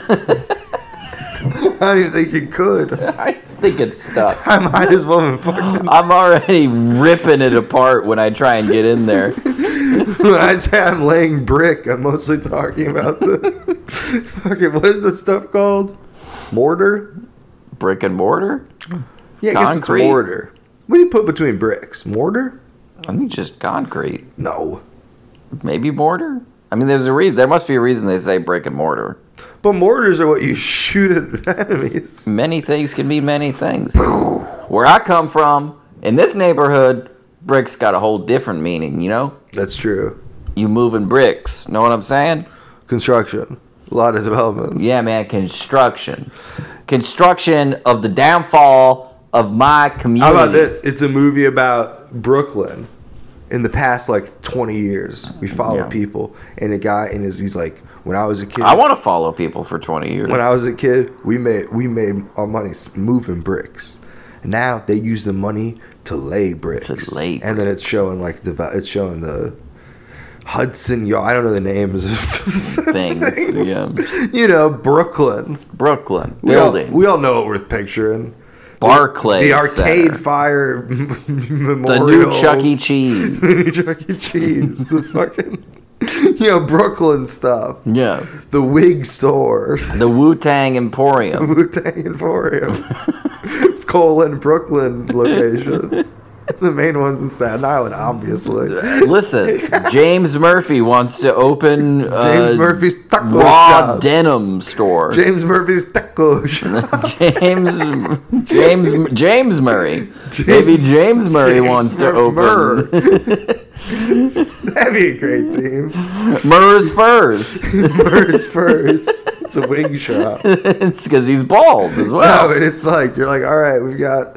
S2: I don't even think you could.
S3: I think it's stuck.
S2: I might as well have fucking.
S3: I'm already ripping it apart when I try and get in there.
S2: When I say I'm laying brick, I'm mostly talking about the fucking what is that stuff called? Mortar?
S3: Brick and mortar?
S2: Yeah, I guess it's
S3: Concrete.
S2: mortar. What do you put between bricks? Mortar?
S3: I think just concrete.
S2: No.
S3: Maybe mortar? I mean, there's a reason. There must be a reason they say brick and mortar.
S2: But mortars are what you shoot at enemies.
S3: Many things can be many things. Where I come from, in this neighborhood, bricks got a whole different meaning, you know?
S2: That's true.
S3: You moving bricks. Know what I'm saying?
S2: Construction. A lot of developments.
S3: Yeah, man, construction. Construction of the downfall of my community.
S2: How about this? It's a movie about Brooklyn. In the past, like twenty years, we follow
S3: Yeah.
S2: people, and a guy, and his, he's like, when I was a kid,
S3: I want to follow people for 20 years.
S2: when I was a kid, we made we made our money s- moving bricks. Now they use the money to lay bricks.
S3: lay
S2: and then it's showing like the va- it's showing the Hudson Yard. I don't know the names of
S3: Things, yeah.
S2: You know, Brooklyn.
S3: Brooklyn.
S2: We all,
S3: Building.
S2: we all know what we're picturing.
S3: Barclays.
S2: the arcade
S3: Center.
S2: fire memorial.
S3: The new Chuck E. Cheese.
S2: Chuck E. Cheese. The fucking you know Brooklyn stuff.
S3: Yeah.
S2: The wig store.
S3: The Wu Tang Emporium.
S2: Wu Tang Emporium, colon Brooklyn location. the main ones in Staten Island, obviously.
S3: Listen, James Murphy wants to open uh,
S2: James Murphy's taco
S3: raw
S2: shop.
S3: denim store.
S2: James Murphy's taco shop.
S3: James James James Murray. Maybe James Murray
S2: James
S3: wants to
S2: Mur-
S3: open
S2: That'd be a great team.
S3: Murr's Furs.
S2: Murr's first. It's a wig shop.
S3: it's because he's bald as well.
S2: No, and it's like you're like, all right, we've got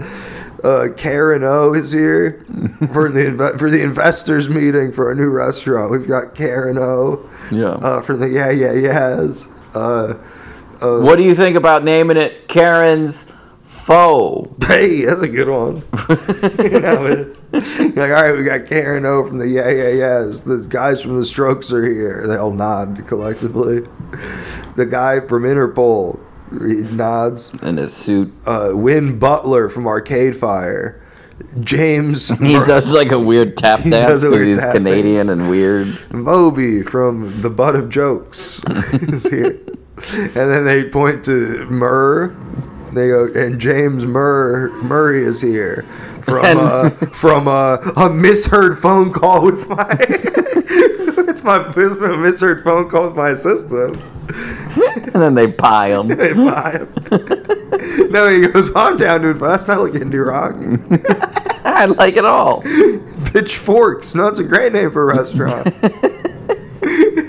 S2: uh, Karen O is here for the inve- for the investors meeting for a new restaurant. We've got Karen O
S3: yeah.
S2: uh, for the yeah yeah yeahs. Uh,
S3: what do you think about naming it Karen's Foe?
S2: Hey, that's a good one. you know, it's like, all right, we got Karen O from the Yeah Yeah Yeahs. The guys from the Strokes are here. They all nod collectively. The guy from Interpol he nods.
S3: In his suit.
S2: Uh, Win Butler from Arcade Fire. James
S3: He
S2: Mur-
S3: does like a weird tap
S2: He
S3: dance
S2: does a
S3: because
S2: weird
S3: he's
S2: tap
S3: Canadian and weird.
S2: Moby from The Butt of Jokes is here. and then they point to Murr. They go, and James Murr Murray is here from
S3: And-
S2: uh, from uh, a misheard phone call with my with my with a misheard phone call with my assistant.
S3: And then they pie him.
S2: They buy him. no, he goes, I'm down to invest. I like indie rock.
S3: I like it all.
S2: Pitchforks. No, it's a great name for a restaurant.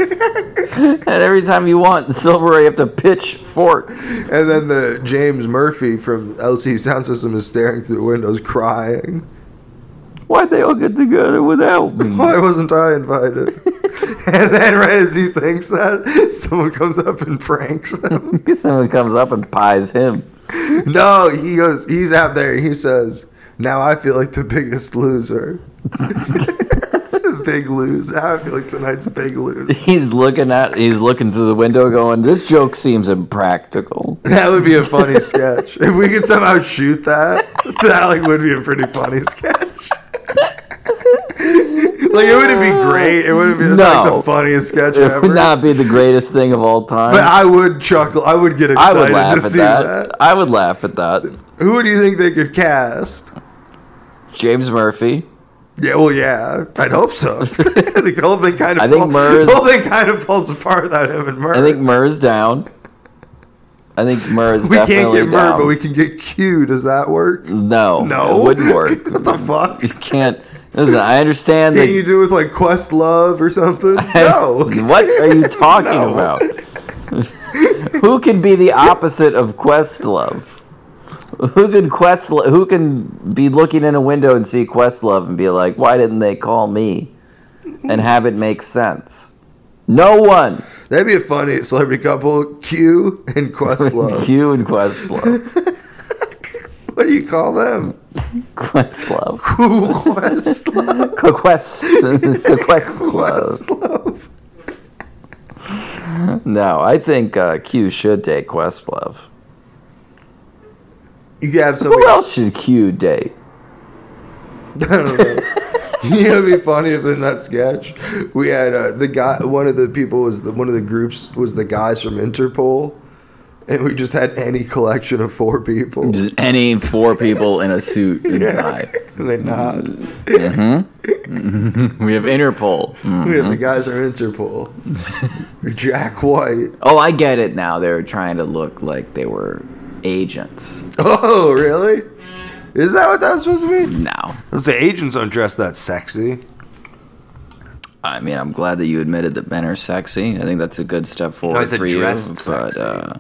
S3: And every time you want silver, you have to pitch fork.
S2: And then the James Murphy from LC Sound System is staring through the windows crying.
S3: Why'd they all get together without me?
S2: Why wasn't I invited? and then right as he thinks that, someone comes up and pranks him.
S3: Someone comes up and pies him.
S2: no, he goes, he's out there. He says, now I feel like the biggest loser. big loser. Now I feel like tonight's big loser.
S3: He's looking at, he's looking through the window, going, "This joke seems impractical."
S2: That would be a funny sketch. If we could somehow shoot that, that like would be a pretty funny sketch. Like it wouldn't be great. It wouldn't be it's like
S3: No.
S2: the funniest sketch
S3: It
S2: ever.
S3: would not be the greatest thing of all time.
S2: but I would chuckle. I would get
S3: I would
S2: excited
S3: laugh
S2: to
S3: at
S2: see
S3: that.
S2: that.
S3: I would laugh at that.
S2: Who do you think they could cast?
S3: James Murphy.
S2: Yeah, well, yeah, I'd hope so. I think the whole thing kind of
S3: I think
S2: fall-
S3: Murr's-
S2: the whole thing kind of falls apart without having Murr.
S3: I think Murr's down. I think Murr is
S2: we
S3: definitely
S2: can't get Murr,
S3: down.
S2: but we can get Q. Does that work?
S3: no,
S2: No,
S3: it wouldn't work.
S2: what the fuck? Can't
S3: Can't. Listen, I understand that.
S2: you do it with like Quest Love or something? No.
S3: what are you talking
S2: No.
S3: about? Who could be the opposite of Questlove? Who could Quest? Who can be looking in a window and see Questlove and be like, "Why didn't they call me?" and have it make sense? No one.
S2: That'd be a funny celebrity couple: Q and Quest Love.
S3: Q and Questlove.
S2: what do you call them?
S3: Questlove.
S2: Who Quest Love?
S3: Quest. Questlove.
S2: Quest Love.
S3: No, I think uh, Q should date Questlove.
S2: You could have somebody.
S3: Who else should Q date?
S2: I don't know. you know, it'd be funny if in that sketch we had uh, the guy. One of the people was the one of the groups was the guys from Interpol, and we just had any collection of four people.
S3: Just any four people in a suit and
S2: Yeah.
S3: tie.
S2: and they nod.
S3: Mm-hmm. We have Interpol. Mm.
S2: We had the guys from Interpol. Jack White.
S3: Oh, I get it now. They were trying to look like they were agents.
S2: Oh, really? Is that what that was supposed to be?
S3: Now,
S2: Let's say agents don't dress that sexy.
S3: I mean, I'm glad that you admitted that men are sexy. I think that's a good step forward
S2: said
S3: for you.
S2: dressed
S3: But
S2: sexy.
S3: uh,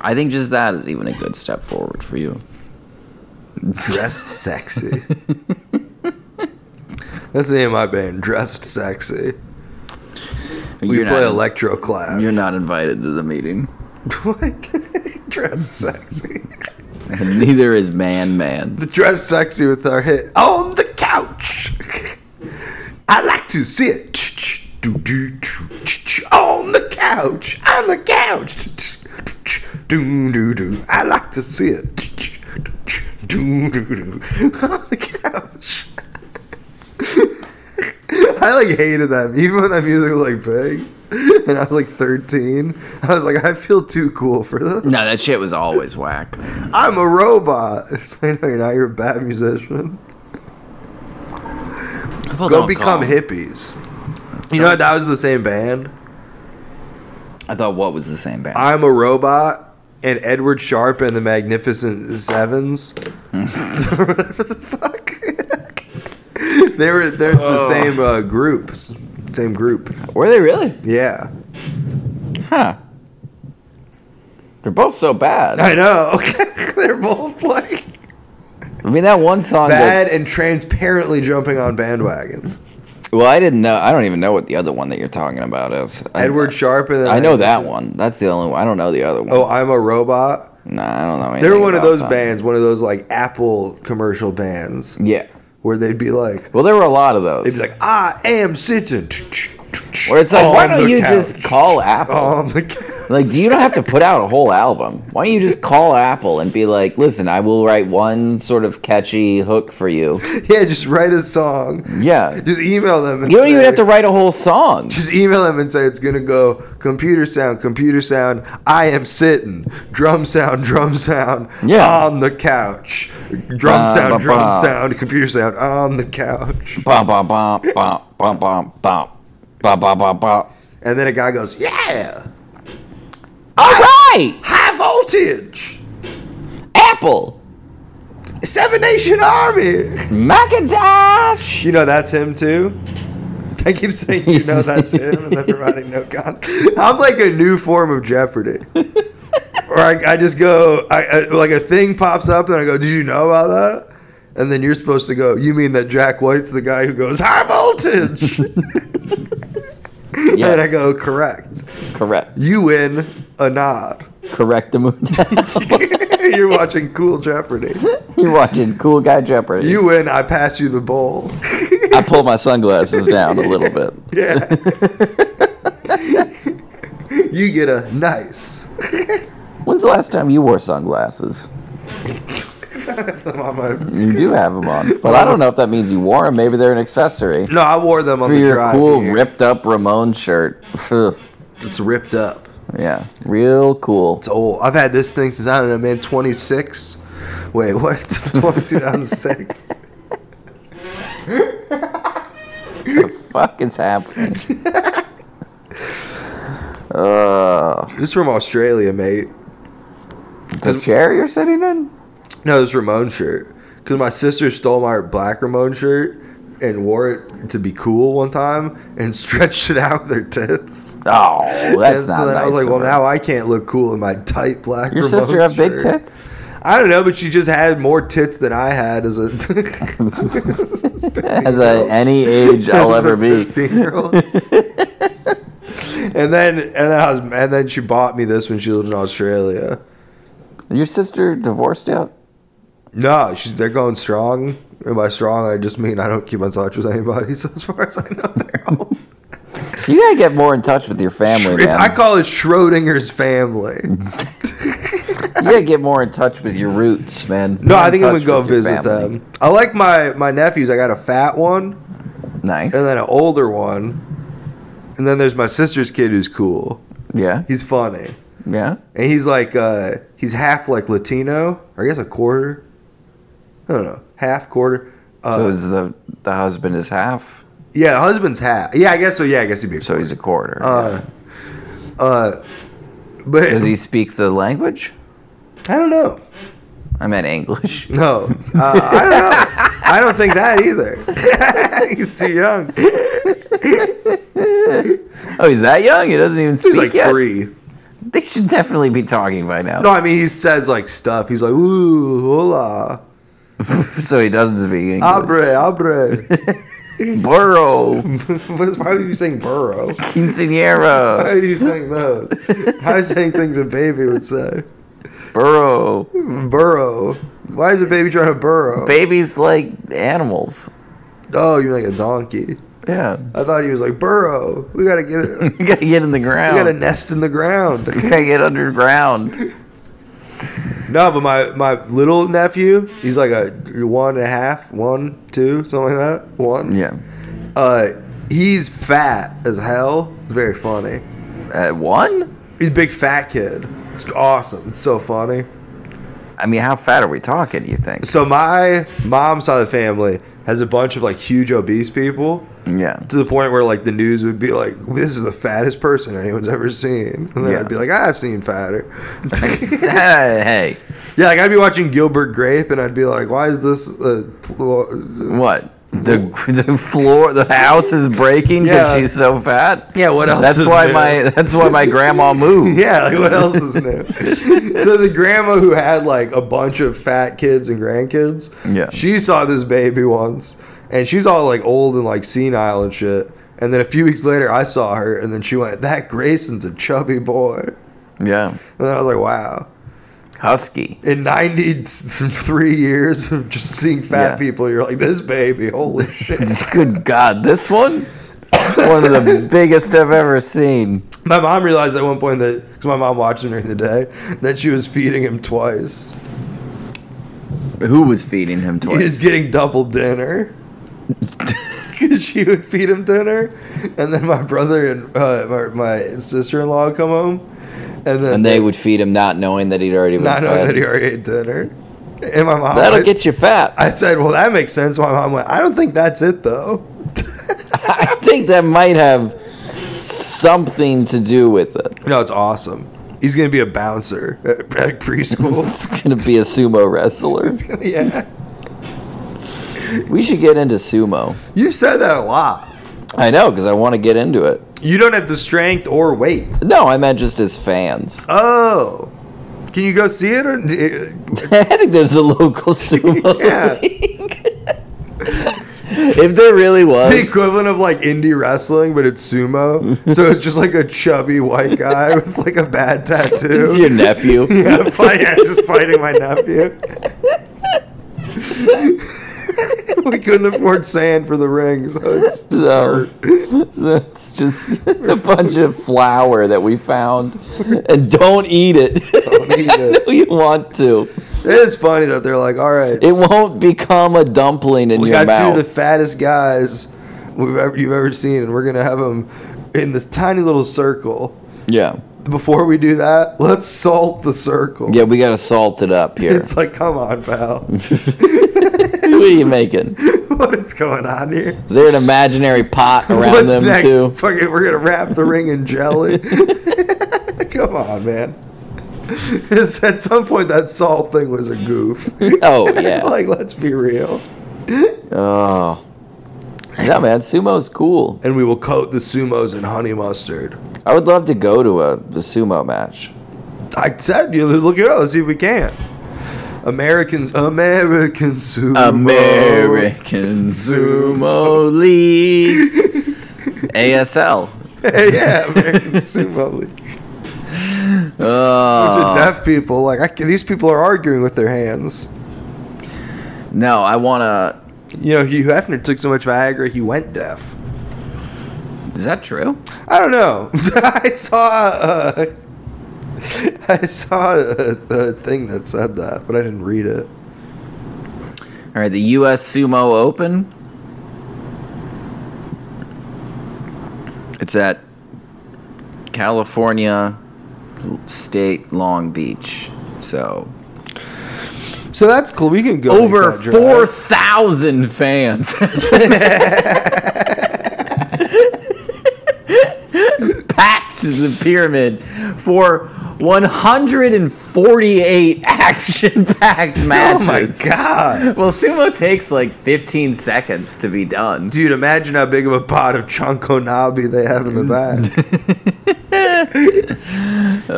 S3: I think just that is even a good step forward for you.
S2: Dressed sexy. That's the name of my band, Dressed Sexy. We
S3: You're
S2: play
S3: not-
S2: electro class.
S3: You're not invited to the meeting.
S2: What? dress sexy.
S3: Neither is man man.
S2: The dress sexy with our hit on the couch. I like to see it Do, do, do, ch, ch. on the couch. On the couch. Do do do. I like to see it. Do do do on the couch. I like hated that even when that music was like big, and I was like 13. I was like, I feel too cool for this.
S3: No, that shit was always whack.
S2: I'm a robot. I know you're not. You're a bad musician.
S3: People
S2: Go
S3: don't
S2: become
S3: call.
S2: hippies. You know that was the same band.
S3: I thought what was the same band?
S2: I'm a robot and Edward Sharpe and the Magnificent Sevens. Whatever the fuck. they were. There's
S3: Oh.
S2: the same uh, groups. Same group.
S3: Were they really?
S2: Yeah.
S3: Huh. They're both so bad.
S2: I know. They're both like
S3: I mean, that one song.
S2: bad and transparently jumping on bandwagons.
S3: That, well, I didn't know. I don't even know what the other one that you're talking about is. I-
S2: Edward Sharpe and the
S3: I, know that
S2: Magnificent-
S3: one. That's the only one. I don't know the other one.
S2: Oh, I'm a robot.
S3: nah, I don't know.
S2: They were
S3: anything
S2: one of
S3: about
S2: those
S3: them.
S2: bands, one of those like Apple commercial bands,
S3: Yeah.
S2: where they'd be like,
S3: Well, there were a lot of
S2: they'd be
S3: those.
S2: like, I am sitting.
S3: Where it's like, why
S2: on
S3: don't
S2: the
S3: you
S2: couch." Oh,
S3: just call Apple?
S2: On the couch.
S3: Like, you don't have to put out a whole album. Why don't you just call Apple and be like, listen, I will write one sort of catchy hook for you?
S2: yeah, just write a song.
S3: Yeah.
S2: Just email them. And
S3: You don't even
S2: say-
S3: have to write a whole song.
S2: Just email them and say it's gonna go computer sound, computer sound. I am sitting. Drum sound, drum sound.
S3: Yeah.
S2: On the couch. Drum
S3: Ba,
S2: sound,
S3: ba,
S2: drum
S3: ba.
S2: sound, computer sound. On the couch.
S3: Bum, bum, bum, bum, bum, bum, bum. Bum, bum, bum, bum.
S2: And then a guy goes, Yeah,
S3: All right!
S2: high voltage.
S3: Apple!
S2: Seven Nation Army.
S3: Macintosh!
S2: You know that's him too. I keep saying you know that's him, and then providing no con. I'm like a new form of Jeopardy, or I, I just go, I, I like a thing pops up, and I go, "Did you know about that?" And then you're supposed to go, "You mean that Jack White's the guy who goes high voltage?"
S3: Yes.
S2: And I go, "Correct."
S3: Correct.
S2: You win a nod.
S3: Correct the moon.
S2: you're watching Cool Jeopardy.
S3: You're watching Cool Guy Jeopardy.
S2: You win. I pass you the bowl.
S3: I pull my sunglasses down a little bit.
S2: Yeah. you get a nice.
S3: When's the last time you wore sunglasses?
S2: them on my.
S3: You do have them on, but I don't know if that means you wore them. Maybe they're an accessory
S2: No, I wore them on
S3: for
S2: the
S3: your
S2: drive.
S3: cool
S2: here.
S3: ripped up Ramon shirt. Ugh.
S2: It's ripped up.
S3: yeah, real cool.
S2: It's old. I've had this thing since I don't know, man. Twenty six. Wait, what? 2006.
S3: What the fuck is happening? Uh,
S2: this is from Australia, mate.
S3: the chair you're sitting in?
S2: No, this Ramon shirt. Because my sister stole my black Ramon shirt and wore it to be cool one time and stretched it out with her tits.
S3: Oh, that's
S2: and
S3: not
S2: so then
S3: nice.
S2: I was like,
S3: of
S2: well,
S3: her.
S2: now I can't look cool in my tight black
S3: your
S2: Ramon
S3: sister have big
S2: shirt.
S3: tits.
S2: I don't know, but she just had more tits than I had as a.
S3: As a, any age I'll ever be.
S2: 15 year old. and then and then I was and then she bought me this when she lived in Australia.
S3: Your sister divorced yet?
S2: No, she's they're going strong. And by strong, I just mean I don't keep in touch with anybody. So as far as I know, they're all.
S3: You gotta get more in touch with your family,
S2: It's-
S3: man. Mm-hmm.
S2: I call it Schrodinger's family.
S3: you gotta get more in touch with your roots, man.
S2: No,
S3: More
S2: I
S3: in
S2: think I'm gonna
S3: touch
S2: go
S3: with your
S2: visit
S3: family.
S2: them. I like my my nephews. I got a fat one
S3: Nice.
S2: and uh, then an older one, and then there's my sister's kid who's cool.
S3: yeah,
S2: He's funny.
S3: yeah.
S2: and he's like uh he's half like Latino, or I guess a quarter. I don't know, half quarter. Uh,
S3: so is the the husband is half,
S2: yeah, husband's half. Yeah, I guess so. Yeah, I guess he'd be. A
S3: so
S2: quarter.
S3: he's a quarter.
S2: Uh, uh, but
S3: Does he speak the language?
S2: I don't know.
S3: I meant English.
S2: No, uh, I don't know. I don't think that either. he's too young.
S3: Oh, he's that young? He doesn't even speak
S2: He's like
S3: yet.
S2: three.
S3: They should definitely be talking by now.
S2: No, I mean he says like stuff. He's like ooh, hola,
S3: so he doesn't speak English.
S2: abre, abre.
S3: Burro,
S2: Why are you saying burro? Why
S3: quinceanera,
S2: are you saying those? I was saying things a baby would say.
S3: burro.
S2: Burrow. Why is a baby trying to burrow?
S3: Babies like animals.
S2: oh, you're like a donkey.
S3: Yeah,
S2: I thought he was like burrow. We gotta get it. we
S3: you gotta get in the ground.
S2: gotta nest in the ground.
S3: You gotta get underground.
S2: no, but my my little nephew, he's like a one and a half, one, two, something like that. One.
S3: Yeah.
S2: Uh, he's fat as hell. It's very funny.
S3: At one?
S2: He's a big fat kid. It's awesome. It's so funny.
S3: I mean, how fat are we talking? You think?
S2: So my mom's side of the family has a bunch of like huge obese people.
S3: Yeah.
S2: to the point where like the news would be like, "This is the fattest person anyone's ever seen," and then
S3: Yeah.
S2: I'd be like, "I've seen fatter."
S3: hey,
S2: yeah, like I'd be watching Gilbert Grape, and I'd be like, "Why is this?" Uh,
S3: what? The, the floor, the house is breaking because
S2: Yeah.
S3: she's so fat.
S2: yeah, what
S3: That's why my that's why my grandma moved.
S2: yeah, like what else is new? so the grandma who had like a bunch of fat kids and grandkids,
S3: Yeah.
S2: she saw this baby once, and she's all like old and like senile and shit. And then a few weeks later, I saw her, and then she went, "That Grayson's a chubby boy," and
S3: Yeah.
S2: then I was like, "Wow."
S3: Husky.
S2: in 93 years of just seeing fat
S3: Yeah.
S2: people, you're like, this baby, holy shit.
S3: Good God, this one. One of the biggest I've ever seen.
S2: my mom realized at one point that, because my mom watched him during the day, that she was feeding him twice.
S3: Who was feeding him
S2: He was
S3: toys?
S2: getting double dinner. Because she would feed him dinner. And then my brother and uh, my, my sister in law would come home. And then
S3: And they would feed him, not knowing that he'd already been
S2: not knowing
S3: fed.
S2: that he already ate dinner. And my mom,
S3: That'll
S2: went-
S3: get you fat.
S2: I said, well, that makes sense. My mom went, I don't think that's it, though.
S3: I think that might have something to do with it.
S2: No, it's awesome. He's gonna be a bouncer at, at preschool.
S3: It's gonna be a sumo wrestler.
S2: He's gonna- yeah,
S3: We should get into sumo.
S2: you've said that a lot.
S3: I know, because I want to get into it.
S2: You don't have the strength or weight.
S3: No, I meant just as fans.
S2: Oh, can you go see it? Or, eh,
S3: I think there's a local sumo
S2: Yeah.
S3: league. if there really was,
S2: the equivalent of like indie wrestling, but it's sumo. so it's just like a chubby white guy with like a bad tattoo.
S3: it's your nephew.
S2: yeah, fight, yeah, just fighting my nephew. we couldn't afford sand for the ring, so it's
S3: So, so it's just a bunch of flour that we found, and don't eat it.
S2: Don't eat
S3: I
S2: it.
S3: know you want to.
S2: It is funny that they're like, all right,
S3: It won't become a dumpling in
S2: we
S3: your
S2: got two
S3: mouth.
S2: of the fattest guys we've ever, you've ever seen, and we're gonna have them in this tiny little circle.
S3: yeah.
S2: Before we do that, let's salt the circle.
S3: Yeah, we gotta salt it up here.
S2: It's like, come on, pal.
S3: what are you making?
S2: what is going on here?
S3: Is there an imaginary pot around
S2: What's
S3: them
S2: next?
S3: too?
S2: Fucking, we're gonna wrap the ring in jelly. Come on, man. It's- At some point, that salt thing was a goof.
S3: Oh yeah.
S2: like, let's be real.
S3: oh. Yeah, man, sumo's cool.
S2: And we will coat the sumos in honey mustard.
S3: I would love to go to a the sumo match.
S2: I said, you look it up, see if we can. Americans, American sumo.
S3: American Sumo League. ASL.
S2: yeah, American sumo league. Bunch of
S3: Oh,
S2: deaf people, like I can, these people are arguing with their hands.
S3: no, I wanna.
S2: You know, Hugh Hefner took so much Viagra, he went deaf.
S3: Is that true?
S2: I don't know. I saw. Uh, I saw a, a thing that said that, but I didn't read it.
S3: All right, the U.S. Sumo Open. It's at California State Long Beach. So
S2: So that's cool. We can go make
S3: over
S2: that drive.
S3: four thousand fans. Packed the pyramid for 148 action-packed
S2: Oh
S3: matches.
S2: my god,
S3: Well, sumo takes like 15 seconds to be done.
S2: dude! Imagine how big of a pot of chunkonabe they have in the back.
S3: Uh,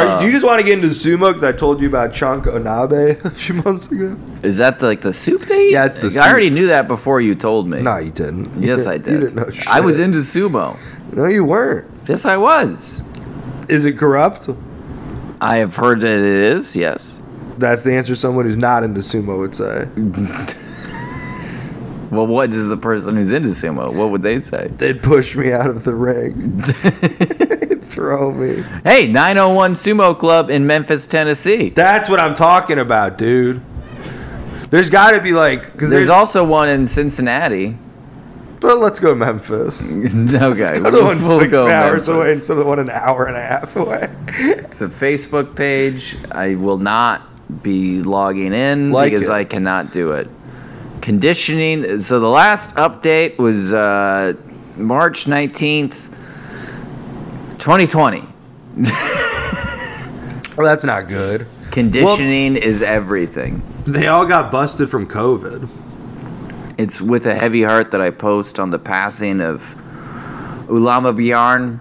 S2: Are, do you just want to get into sumo? Because I told you about chunkonabe a few months ago.
S3: Is that like the soup they eat?
S2: Yeah, it's the
S3: I
S2: soup.
S3: already knew that before you told me.
S2: No, you didn't. You
S3: Yes,
S2: didn't-
S3: I did.
S2: You didn't know shit.
S3: I was into sumo.
S2: No, you weren't.
S3: Yes, I was.
S2: Is it corrupt?
S3: I have heard that it is. Yes.
S2: That's the answer someone who's not into sumo would say.
S3: Well, what does the person who's into sumo? What would they say?
S2: They'd push me out of the ring. They'd throw me.
S3: Hey, 901 Sumo Club in Memphis, Tennessee.
S2: That's what I'm talking about, dude. There's got to be like, because
S3: There's also one in Cincinnati.
S2: But let's go Memphis.
S3: okay,
S2: Go to the one
S3: we'll
S2: six
S3: go
S2: hours
S3: Memphis.
S2: away instead of the one an hour and a half away.
S3: the Facebook page. I will not be logging in
S2: Like
S3: because
S2: it.
S3: I cannot do it. Conditioning. So the last update was uh, March 19th, 2020.
S2: Well, that's not good.
S3: Conditioning is everything.
S2: They all got busted from COVID.
S3: It's with a heavy heart that I post on the passing of Ulama Bjarn,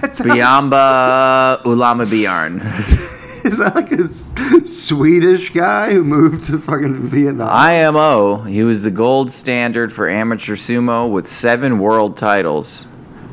S2: That's
S3: Biamba Ulama Bjarn.
S2: is that like a s- Swedish guy who moved to fucking Vietnam?
S3: IMO, he was the gold standard for amateur sumo with seven world titles.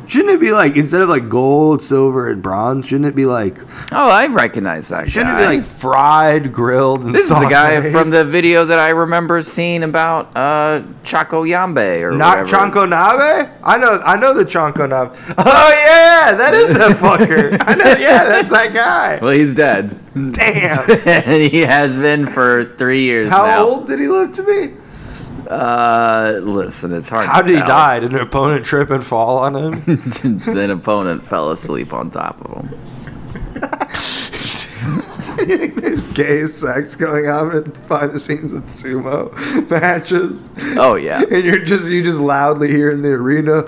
S2: shouldn't it be like instead of like gold, silver, and bronze? Shouldn't it be like
S3: Oh, I recognize that
S2: shouldn't
S3: guy.
S2: it be like fried, grilled? And
S3: this is the guy
S2: sautéed?
S3: from the video that I remember seeing about uh, Chaco Yambe or
S2: Not
S3: whatever.
S2: Chonko Nabe? I know I know the Chonko Nabe. Oh yeah, that is that fucker. I know yeah, that's that guy.
S3: Well, he's dead,
S2: Damn.
S3: and he has been for three years
S2: How
S3: now.
S2: old did he live to be?
S3: Uh, listen, it's hard.
S2: How
S3: to
S2: did he
S3: tell.
S2: die? Did an opponent trip and fall on him?
S3: An opponent fell asleep on top of him.
S2: There's gay sex going on at- behind the scenes at sumo matches.
S3: Oh yeah.
S2: And you're just you just loudly hear in the arena.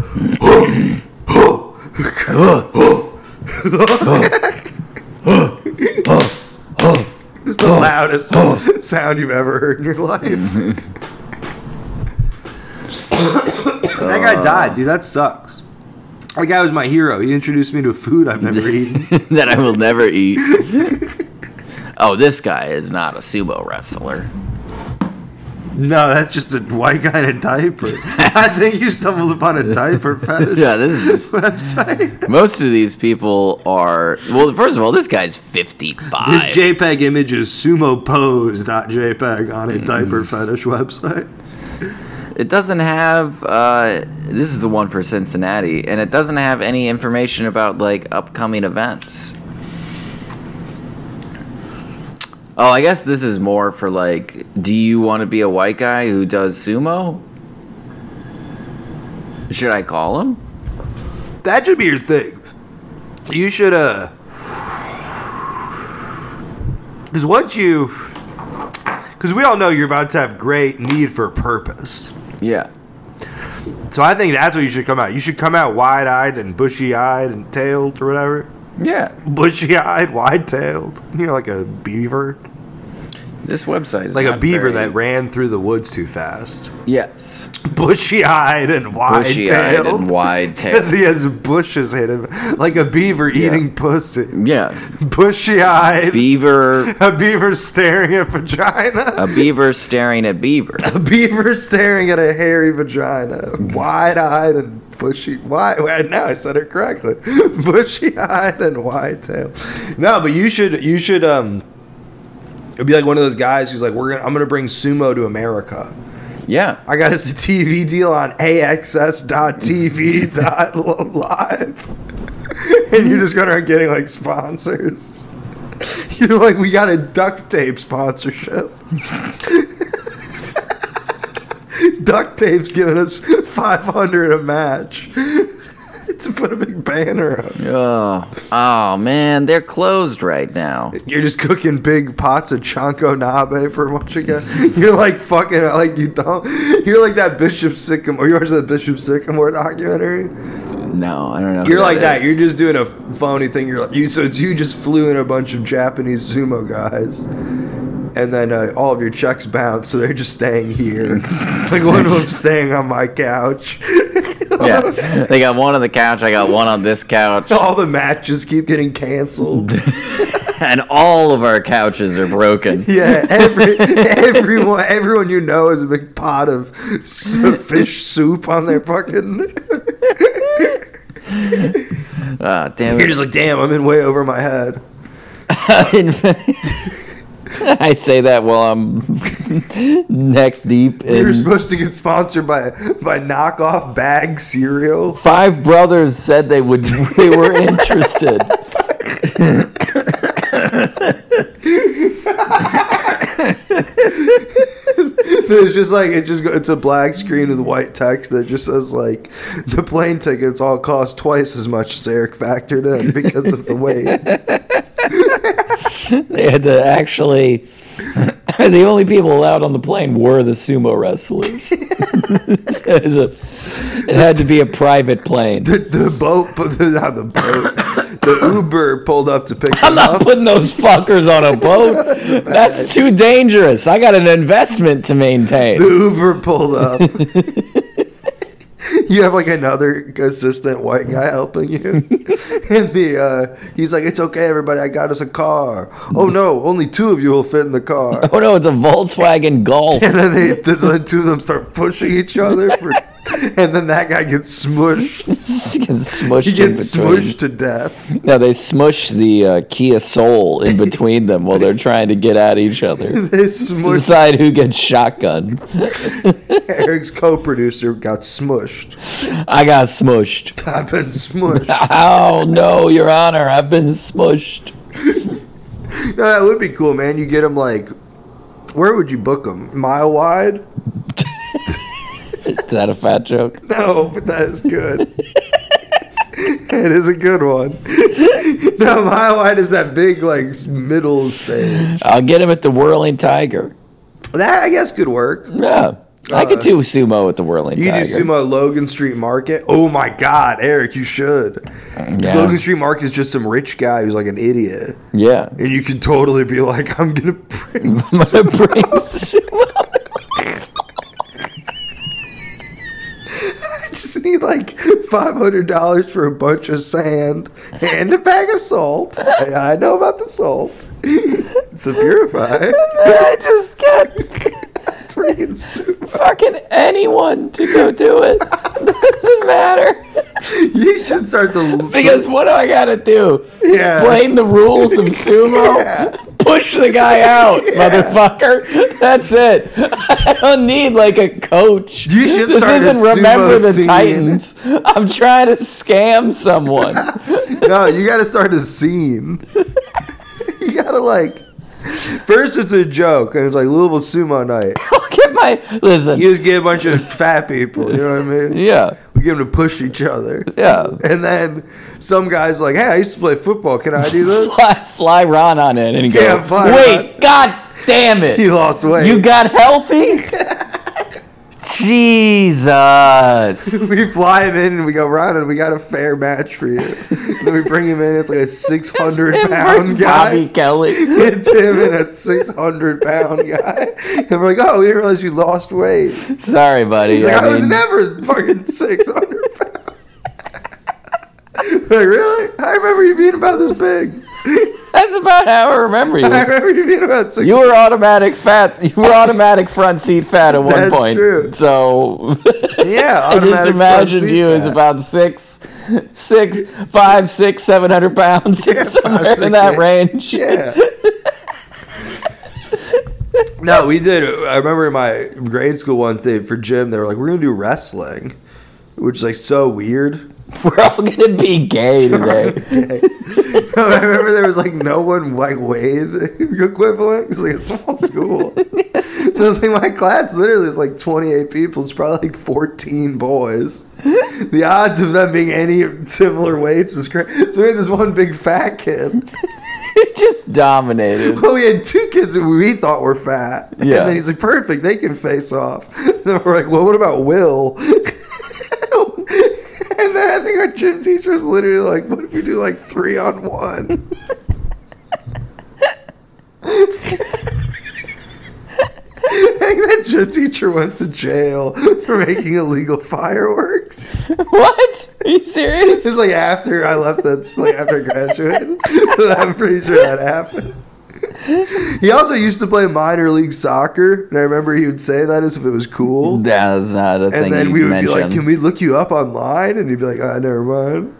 S2: It's the loudest sound you've ever heard in your life. that guy died, dude. That sucks. That guy was my hero. He introduced me to food I've never eaten.
S3: that I will never eat. oh, this guy is not a sumo wrestler.
S2: No, that's just a white guy in a diaper. I think you stumbled upon a diaper fetish
S3: Yeah, this is just
S2: website.
S3: Most of these people are well. First of all, this guy's fifty-five.
S2: This JPEG image is sumopose.jpg on a diaper fetish website.
S3: it doesn't have. Uh, this is the one for Cincinnati, and it doesn't have any information about like upcoming events.
S6: Oh, I guess this is more for like, do you want to be a white guy who does sumo? Should I call him?
S2: That should be your thing. You should, uh. Because once you. Because we all know you're about to have great need for purpose.
S6: Yeah.
S2: So I think that's what you should come out. You should come out wide eyed and bushy eyed and tailed or whatever.
S6: Yeah.
S2: Bushy eyed, wide tailed. You know, like a beaver.
S6: This website is
S2: Like a
S6: not
S2: beaver
S6: very-
S2: that ran through the woods too fast.
S6: Yes.
S2: Bushy eyed and wide
S6: Bushy eyed and
S2: tailed.
S6: wide tailed.
S2: Because he has bushes in him. Like a beaver eating pussy.
S6: Yeah.
S2: Bushy eyed.
S6: Beaver.
S2: A beaver staring at vagina.
S6: A beaver staring at beaver.
S2: A beaver staring at a hairy vagina, wide-eyed and bushy. Why? wait, Now I said it correctly. Bushy-eyed and wide-tailed. No, but you should. You should. Um, it'd be like one of those guys who's like, "We're gonna. I'm gonna bring sumo to America.
S6: Yeah.
S2: I got us a TV deal on AXS.TV.live, and you're just gonna start getting like sponsors. You're like, we got a duct tape sponsorship. duct tape's giving us 500 a match to put a big banner up.
S6: Oh. Oh man, they're closed right now.
S2: You're just cooking big pots of chanko nabe for what you got. You're like fucking like you don't. You're like that Bishop Sycamore. You watch that Bishop Sycamore documentary?
S6: No, I don't know. who
S2: You're like that.
S6: is.
S2: You're just doing a phony thing. You're like you. So it's you just flew in a bunch of Japanese sumo guys, and then uh, all of your checks bounced, so they're just staying here. like one of them staying on my couch.
S6: yeah. They got one on the couch. I got one on this couch,
S2: All the matches keep getting canceled.
S6: and all of our couches are broken.
S2: Yeah, every everyone everyone you know is a big pot of s- fish soup on their fucking.
S6: Ah, damn
S2: You're
S6: it.
S2: just like, damn, I'm in way over my head.
S6: I say that while I'm neck deep
S3: in-
S2: We were supposed to get sponsored by by knockoff bag cereal.
S3: Five brothers said they would they were interested.
S2: It's just like it just go- it's a black screen with white text that just says like the plane tickets all cost twice as much as Eric factored in because of the weight.
S3: They had to actually. The only people allowed on the plane were the sumo wrestlers. it, was a- it had to be a private plane.
S2: The, the boat, not the boat, the Uber pulled up to pick them
S3: I'm not
S2: up.
S3: putting those fuckers on a boat. That's too dangerous. I got an investment to
S2: The
S3: maintain.
S2: Uber pulled up. you have like another assistant white guy helping you, and the uh, he's like, "It's okay, everybody. I got us a car. Oh no, only two of you will fit in the car."
S3: Oh no, it's a Volkswagen Golf.
S2: And then they, this, then two of them start pushing each other, for, and then that guy gets smushed.
S3: Just gets smushed
S2: He
S3: in
S2: gets
S3: between.
S2: smushed to death.
S3: No, they smush the uh, Kia Soul in between them while they're trying to get at each other.
S2: They smushed.
S3: Decide who gets shotgun.
S2: Eric's co-producer got smushed.
S3: I got smushed.
S2: I've been smushed.
S3: Oh no, Your Honor, I've been smushed.
S2: No, that would be cool, man. You get them like, where would you book them? Mile wide?
S3: Is that a fat joke?
S2: No, but that is good. it is a good one. no, mile wide is that big like s- middle stage.
S3: I'll get him at the Whirling Tiger.
S2: That I guess could work.
S3: Yeah, I could do sumo at the Whirling
S2: You could
S3: Tiger.
S2: do sumo Logan Street Market. Oh my God, Eric, you should. 'Cause
S3: Yeah.
S2: Logan Street Market is just some rich guy who's like an idiot,
S3: Yeah.
S2: and you could totally be like, I'm gonna bring.
S3: My brain's sumo.
S2: I just need like five hundred dollars for a bunch of sand and a bag of salt. Hey, I know about the salt. It's a purify.
S3: I just got
S2: Freaking soup.
S3: fucking anyone to go do it. Doesn't matter.
S2: You should start the
S3: Because what do I gotta do?
S2: Yeah.
S3: Explain the rules of sumo.
S2: Yeah.
S3: Push the guy out, motherfucker. That's it. I don't need like a coach.
S2: You should
S3: this
S2: start a
S3: isn't Remember
S2: sumo
S3: the
S2: scene.
S3: Titans. I'm trying to scam someone.
S2: No, you gotta start a scene. You gotta like First, it's a joke, and it's like Louisville Sumo Night.
S3: Look at my listen.
S2: You just get a bunch of fat people. You know what I mean?
S3: yeah,
S2: We get them to push each other.
S3: yeah.
S2: And then some guy's like, "Hey, I used to play football. Can I do this?"
S3: Fly, fly Ron on it and go.
S2: Yeah, fly
S3: Wait, god damn it!
S2: He lost weight.
S3: You got healthy? Jesus.
S2: we fly him in and we go, Ron, we got a fair match for you. then we bring him in. It's like a six hundred pound guy.
S3: Bobby Kelly.
S2: It's him and a six hundred pound guy. And we're like, "Oh, we didn't realize you lost weight."
S3: Sorry, buddy.
S2: He's like, I,
S3: I
S2: was
S3: mean,
S2: never fucking 600 pounds. like, really? I remember you being about this big.
S3: that's about how I remember
S2: I
S3: you.
S2: remember you being about 600
S3: You were automatic fat. You were automatic front seat fat at one
S2: That's
S3: point.
S2: true.
S3: So
S2: Yeah,
S3: I just
S2: automatic
S3: imagined
S2: front
S3: you
S2: seat
S3: as
S2: fat.
S3: about six, six, five, six, seven hundred pounds,
S2: Yeah, five,
S3: somewhere in
S2: six,
S3: that
S2: yeah.
S3: range.
S2: Yeah. no, we did. uh, I remember in my grade school one thing for gym, they were like, we're going to do wrestling, which is like so weird.
S3: We're all gonna be gay today.
S2: I remember there was like no one like weighed equivalent. It's like a small school. so it's like my class literally is like 28 people. It's probably like 14 boys. The odds of them being any similar weights is crazy. So we had this one big fat kid.
S3: just dominated.
S2: Well, we had two kids who we thought were fat.
S3: Yeah.
S2: And then he's like, perfect, they can face off. then we're like, well, what about Will? and then I think our gym teacher was literally like, what if we do like three on one? I think that gym teacher went to jail for making illegal fireworks.
S3: What? Are you serious?
S2: It's like after I left that, like after I graduated. I'm pretty sure that happened. He also used to play minor league soccer, and I remember he would say that as if it was cool.
S3: That's not a thing
S2: And then
S3: you
S2: we would
S3: mentioned.
S2: be like, "Can we look you up online?" And he'd be like, "Ah, never mind."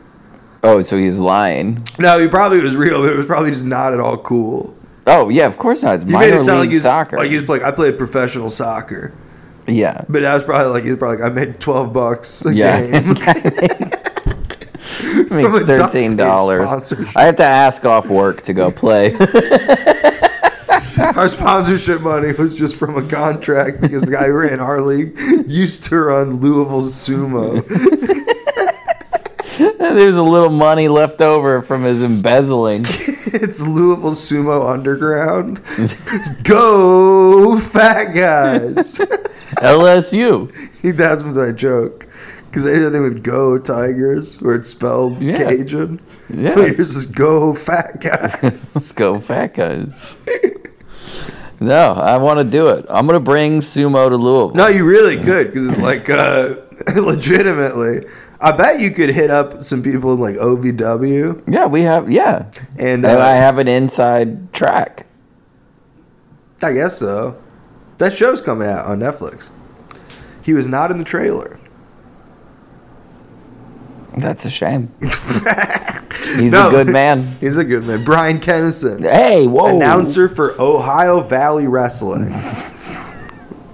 S3: oh, so he's lying.
S2: No, he probably was real, but it was probably just not at all cool.
S3: Oh yeah, of course not. It's
S2: He
S3: minor
S2: made it
S3: league
S2: sound like he was,
S3: soccer.
S2: like he was like, "I played professional soccer,"
S3: yeah,
S2: but that was probably like he was probably like, "I made twelve bucks a
S3: yeah.
S2: game."
S3: I mean,
S2: From a duct tape
S3: thirteen dollars.
S2: sponsorship.
S3: I have to ask off work to go play.
S2: Our sponsorship money was just from a contract because the guy who ran our league used to run Louisville Sumo.
S3: There's a little money left over from his embezzling.
S2: It's Louisville Sumo Underground. Go, fat guys.
S3: LSU.
S2: That's my joke. Because they did that thing with Go Tigers where it's spelled
S3: Yeah.
S2: Cajun.
S3: Yeah.
S2: Yours is Go, fat guys.
S3: Let's go fat guys. No, I want to do it. I'm gonna bring sumo to Louisville.
S2: No, you really could because like uh, legitimately. I bet you could hit up some people in like OVW
S3: Yeah, we have. Yeah,
S2: and, uh,
S3: and I have an inside track.
S2: I guess so. That show's coming out on Netflix. He was not in the trailer.
S3: That's a shame.
S2: He's
S3: He's a good man. Oh.
S2: He's a good man. Brian Kennison,
S3: Hey, whoa!
S2: announcer for Ohio Valley Wrestling,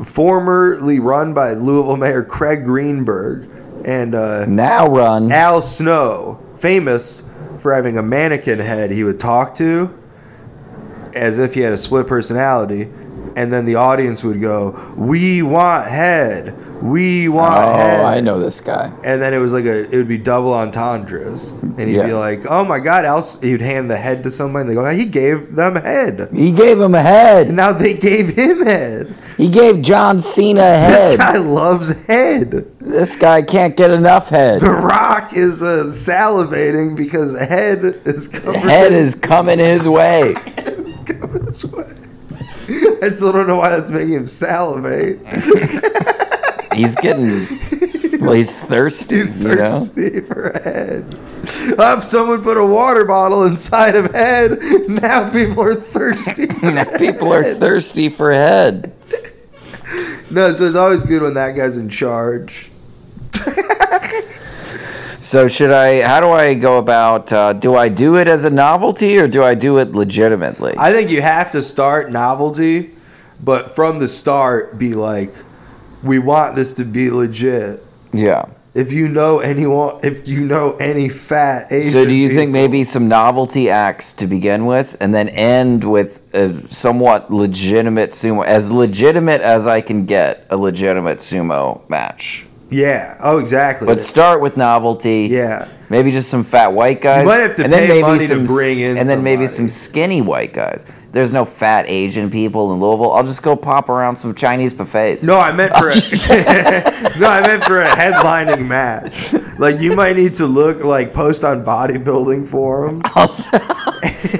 S2: formerly run by Louisville Mayor Craig Greenberg and uh,
S3: Now run.
S2: Al Snow, famous for having a mannequin head he would talk to as if he had a split personality. And then the audience would go, We want head. We want head.
S3: Oh, I know this guy.
S2: And then it was like a, it would be double entendres. And he'd
S3: Yeah.
S2: be like, Oh my God, Al, S-" he'd hand the head to somebody. And they go, He gave them head.
S3: He gave him a
S2: And
S3: head.
S2: now they gave him head.
S3: He gave John Cena a
S2: This
S3: head.
S2: guy loves head.
S3: This guy can't get enough head.
S2: The Rock is uh, salivating because head is covered.
S3: Head
S2: in-
S3: is coming his way.
S2: It's coming this way. I still don't know why that's making him salivate.
S3: He's getting. Well, he's thirsty.
S2: He's
S3: you know?
S2: thirsty for head. Up, someone put a water bottle inside of head. Now people are thirsty. For
S3: Now people are
S2: head.
S3: thirsty for head.
S2: no. So it's always good when that guy's in charge.
S3: So should I? How do I go about? Uh, do I do it as a novelty or do I do it legitimately?
S2: I think you have to start novelty, but from the start, be like, we want this to be legit.
S3: yeah.
S2: If you know anyone, if you know any fat Asian,
S3: So do you think
S2: people-
S3: maybe some novelty acts to begin with, and then end with a somewhat legitimate sumo, as legitimate as I can get a legitimate sumo match,
S2: Yeah. Oh, exactly.
S3: but start with novelty.
S2: yeah.
S3: Maybe just some fat white guys.
S2: might have to
S3: and then
S2: pay
S3: maybe
S2: money to
S3: some,
S2: bring in
S3: and then maybe
S2: somebody.
S3: some skinny white guys. There's no fat Asian people in Louisville. I'll just go pop around some Chinese buffets.
S2: No, I meant for a, no, I meant for a headlining match. Like you might need to look like post on bodybuilding forums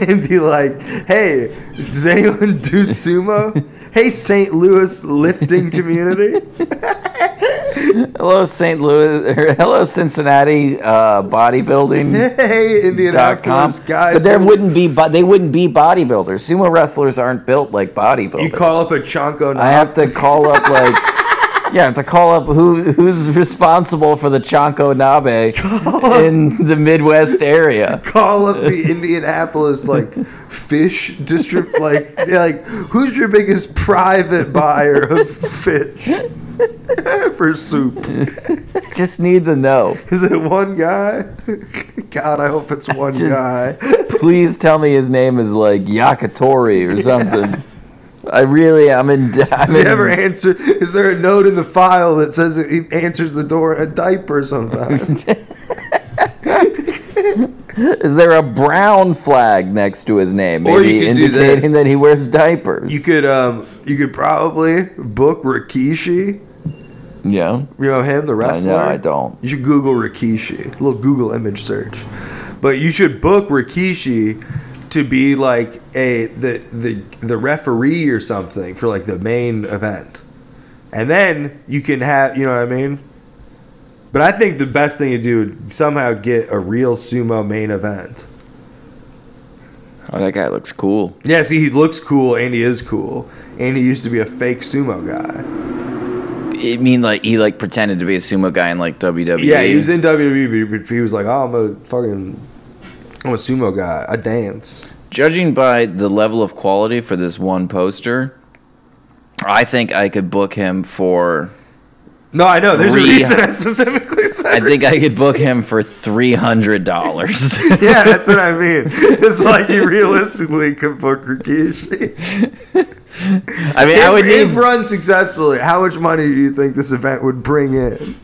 S2: and be like, "Hey, does anyone do sumo? Hey, St. Louis lifting community."
S3: hello, St. Louis. or hello, Cincinnati uh, bodybuilding.
S2: Hey,
S3: dot com.
S2: Indianapolis guys.
S3: But there wouldn't be, but they wouldn't be bodybuilders. Sumo wrestlers aren't built like bodybuilders.
S2: you call up a chonko.
S3: I have to call up like, yeah, I have to call up who who's responsible for the Chonko Nabe in the Midwest area.
S2: call up the Indianapolis like fish district like like who's your biggest private buyer of fish for soup?
S3: Just need to know.
S2: Is it one guy? God, I hope it's one
S3: Just-
S2: guy.
S3: Please tell me his name is like Yakatori or something. I really, I'm in. I'm
S2: Does he
S3: in-
S2: ever answer? Is there a note in the file that says that he answers the door in a diaper sometimes?
S3: Is there a brown flag next to his name? Maybe
S2: Or you could do
S3: indicating
S2: this.
S3: that he wears diapers.
S2: you could um you could probably book Rikishi.
S3: yeah.
S2: You know him, the
S3: I
S2: wrestler.
S3: know I don't.
S2: You should Google Rikishi. A little Google image search. But you should book Rikishi to be like a the the the referee or something for like the main event. And then you can have you know what I mean? But I think the best thing to do would somehow get a real sumo main event.
S3: Oh, that guy looks cool.
S2: Yeah, see he looks cool and he is cool. And he used to be a fake sumo guy.
S3: I mean, like he like pretended to be a sumo guy in like E. WWE.
S2: Yeah, he was in WWE, but he was like, oh, I'm a fucking, I'm a sumo guy. I dance.
S3: Judging by the level of quality for this one poster, I think I could book him for.
S2: No, I know. There's
S3: Re-
S2: a reason I specifically
S3: I
S2: said.
S3: think I could book him for three hundred dollars.
S2: yeah, that's what I mean. It's like you realistically could book Rikishi.
S3: I mean, I
S2: If,
S3: would
S2: if
S3: need.
S2: run successfully, how much money do you think this event would bring in?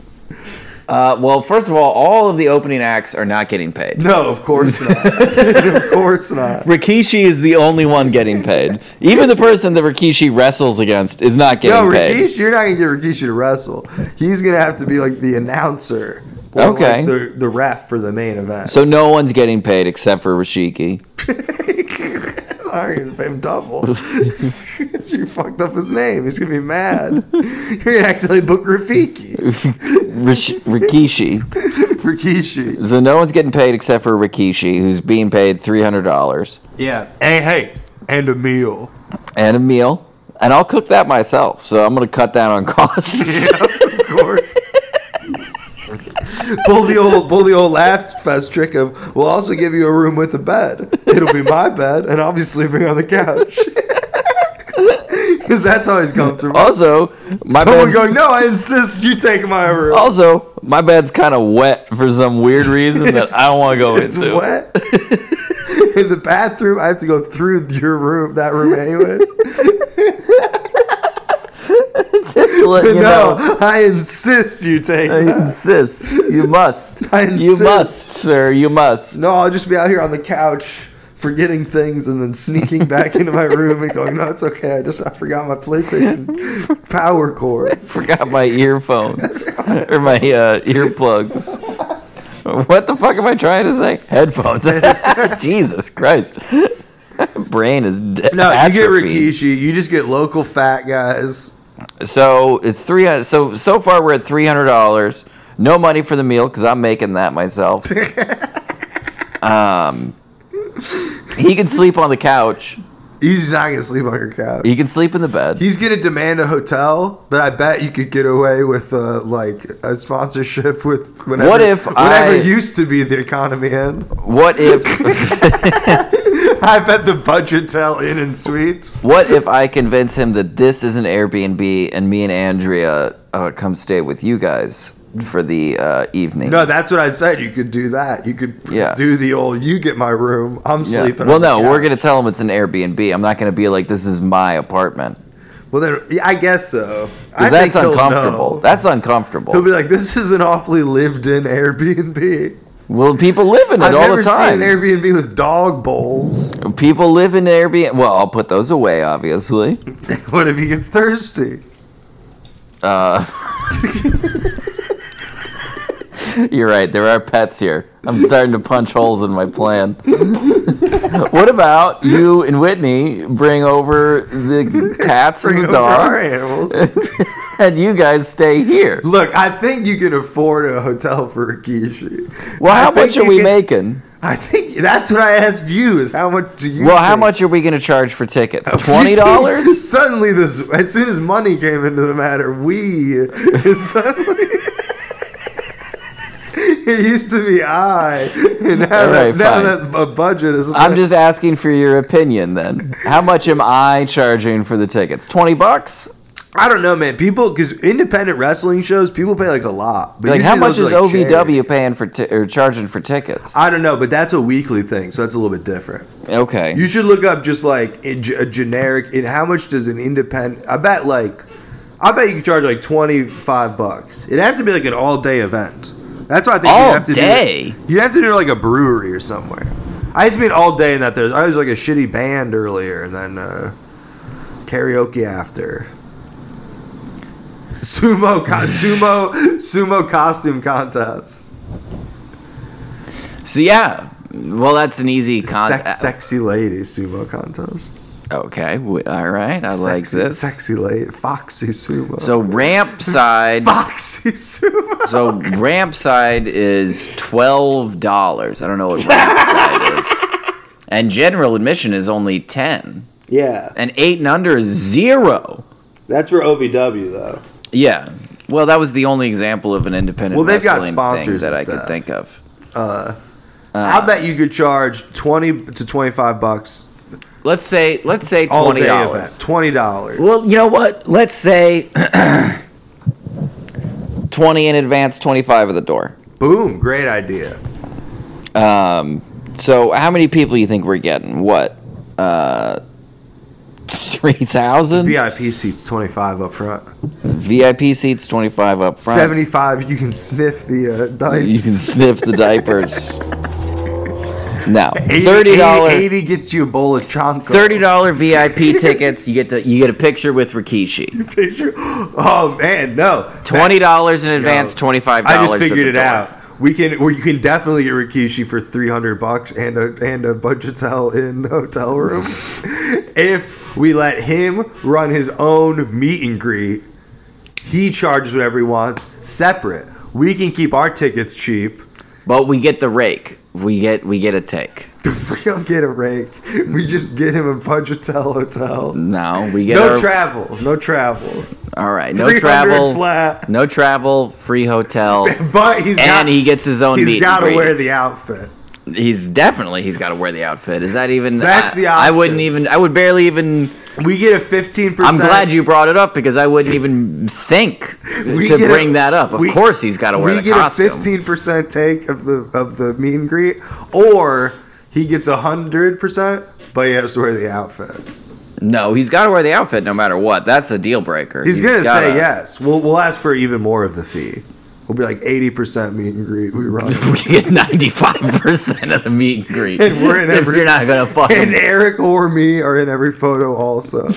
S3: Uh, well, first of all, all of the opening acts are not getting paid.
S2: No, of course not. of course not.
S3: Rikishi is the only one getting paid. Even the person that Rikishi wrestles against is not
S2: No,
S3: getting paid.
S2: Rikishi, you're not gonna get Rikishi to wrestle. He's gonna have to be like the announcer. or, like,
S3: Okay.
S2: the, the ref for the main event.
S3: So no one's getting paid except for Rashiki.
S2: I'm gonna pay him double. you fucked up his name. He's gonna be mad. You're gonna actually book Rafiki,
S3: Rish- Rikishi.
S2: Rikishi.
S3: So no one's getting paid except for Rikishi, who's being paid three hundred dollars
S2: Yeah. Hey, hey, and a meal.
S3: and a meal, and I'll cook that myself. So I'm gonna cut down on costs.
S2: Yeah, of course. pull the old, pull the old laugh fest trick of. We'll also give you a room with a bed. It'll be my bed, and I'll be sleeping on the couch. Because that's always comfortable.
S3: also, Oh, my Oh,
S2: Someone
S3: bed's,
S2: going, no, I insist you take my room.
S3: also my bed's kind of wet for some weird reason that I don't want to go
S2: It's
S3: into.
S2: wet. In the bathroom, I have to go through your room, that room, anyways.
S3: Just let
S2: But
S3: you
S2: no,
S3: know.
S2: I insist you take
S3: I
S2: that.
S3: insist. You must.
S2: I
S3: You
S2: insist.
S3: must, sir. You must.
S2: No, I'll just be out here on the couch, forgetting things, and then sneaking back into my room and going, "No, it's okay. I just I forgot my PlayStation power cord."
S3: Forgot my earphones or my uh, earplugs. What the fuck am I trying to say? Headphones. Jesus Christ. Brain is dead.
S2: No, you get Rikishi. You just get local fat guys.
S3: So it's three hundred. So so far we're at three hundred dollars. No money for the meal because I'm making that myself. um, he can sleep on the couch.
S2: He's not gonna sleep on your couch.
S3: He can sleep in the bed.
S2: He's gonna demand a hotel, but I bet you could get away with uh, like a sponsorship with whatever.
S3: What if
S2: whatever
S3: I-
S2: used to be the economy in?
S3: What if
S2: I bet the budget tell in and suites.
S3: what if I convince him that this is an Airbnb and me and Andrea uh, come stay with you guys? for the uh, evening.
S2: No, that's what I said. You could do that. You could
S3: Yeah.
S2: do the old. You get my room. I'm
S3: Yeah.
S2: sleeping.
S3: Well,
S2: on the
S3: no, we're
S2: couch."
S3: gonna tell them it's an Airbnb. I'm not gonna be like, this is my apartment.
S2: Well, then yeah, I guess so. I
S3: 'Cause that's
S2: think he'll
S3: uncomfortable.
S2: know.
S3: That's uncomfortable.
S2: He'll be like, "This is an awfully lived-in Airbnb.
S3: well, people live in it
S2: I've
S3: all
S2: never
S3: the time.
S2: seen an Airbnb with dog bowls.
S3: people live in Airbnb. Well, I'll put those away, obviously.
S2: what if he gets thirsty?
S3: Uh, you're right. There are pets here. I'm starting to punch holes in my plan. what about you and Whitney bring over the cats
S2: Bring
S3: and the
S2: over our
S3: dog,
S2: animals.
S3: and you guys stay here?
S2: Look, I think you can afford a hotel for Rikishi.
S3: Well,
S2: I
S3: how
S2: think
S3: much
S2: you
S3: are we
S2: can-
S3: making?
S2: I think that's what I asked you. Is how much do you?
S3: Well, how
S2: think?
S3: much are we going to charge for tickets? Twenty dollars?
S2: suddenly, this as soon as money came into the matter, we suddenly. it used to be I, and now,
S3: All right,
S2: that, now
S3: fine.
S2: that a budget is.
S3: I'm just asking for your opinion then. How much am I charging for the tickets? Twenty bucks?
S2: I don't know, man. People because independent wrestling shows, people pay like a lot. But
S3: Like how
S2: usually
S3: much
S2: those are,
S3: is
S2: like,
S3: OVW
S2: charity.
S3: paying for ti- or charging for tickets?
S2: I don't know, but that's a weekly thing, so that's a little bit different.
S3: Okay.
S2: You should look up just like a, g- a generic. In how much does an independent? I bet like, I bet you could charge like twenty five bucks. It'd have to be like an all day event. That's why I think
S3: All
S2: you have to
S3: day?
S2: do. You have to do like a brewery or somewhere. I used to mean all day in that there. I was like a shitty band earlier, and then uh, karaoke after. Sumo, co- sumo, sumo costume contest.
S3: so yeah. Well, that's an easy con. uh,
S2: Sex, sexy lady sumo contest.
S3: Okay. W- all right. I like
S2: Sexy-
S3: this.
S2: Sexy lady, foxy sumo.
S3: So ramp side.
S2: Foxy Sumo.
S3: So ramp side is twelve dollars. I don't know what ramp side is. And general admission is only ten.
S2: Yeah,
S3: And eight and under is zero.
S2: that's for OVW though.
S3: Yeah. Well, that was the only example of an independent
S2: Well, they've got
S3: wrestling
S2: sponsors
S3: thing
S2: and
S3: that I could
S2: stuff.
S3: think of.
S2: Uh,
S3: Uh,
S2: I bet you could charge twenty to twenty-five bucks
S3: Let's say let's say
S2: all
S3: twenty
S2: day
S3: dollars.
S2: event. Twenty dollars.
S3: Well, you know what? Let's say twenty in advance, twenty-five at the door.
S2: Boom! Great idea.
S3: Um, so how many people you think we're getting? What? Uh, three thousand
S2: VIP seats twenty-five up front.
S3: VIP seats, twenty-five up front.
S2: Seventy-five. You can sniff the uh, dice.
S3: You can sniff the diapers. Now,
S2: Eighty-
S3: thirty dollars.
S2: Eighty gets you a bowl of chonko.
S3: Thirty dollar VIP tickets. You get the you get a picture with Rikishi.
S2: Picture- Oh man, no.
S3: Twenty dollars in advance.
S2: Yo,
S3: Twenty five dollars.
S2: I just figured it out. We can, well, you can definitely get Rikishi for three hundred bucks and a and a budgetel in hotel room, if we let him run his own meet and greet. He charges whatever he wants, separate. We can keep our tickets cheap.
S3: But we get the rake. We get we get a take.
S2: We don't get a rake. We just get him a budgetel hotel.
S3: No, we get
S2: No
S3: our-
S2: travel. No travel.
S3: all right. No
S2: 300
S3: travel.
S2: flat.
S3: No travel. Free hotel.
S2: But he's got
S3: and he gets his own.
S2: he's
S3: meet
S2: got to
S3: and
S2: wear
S3: greet.
S2: the outfit.
S3: He's definitely he's got to wear the outfit. Is that even?
S2: That's
S3: I,
S2: the
S3: I
S2: option.
S3: wouldn't even. I would barely even.
S2: We get a fifteen
S3: I'm
S2: percent.
S3: glad you brought it up because I wouldn't even think
S2: We
S3: to
S2: get a-
S3: bring that up. Of
S2: we-
S3: course, he's got to
S2: we
S3: wear the
S2: get
S3: costume.
S2: a 15% take of the of the meet and greet or he gets 100% but he has to wear the outfit
S3: No, he's got to wear the outfit no matter what. That's a deal breaker.
S2: he's, gonna
S3: gotta-
S2: say yes we'll, we'll ask for even more of the fee we'll be like 80% meet and greet we run
S3: We get ninety-five percent of the meet and greet.
S2: And we're in
S3: if
S2: every-
S3: you're not gonna
S2: and
S3: fucking.
S2: eric or me are in every photo also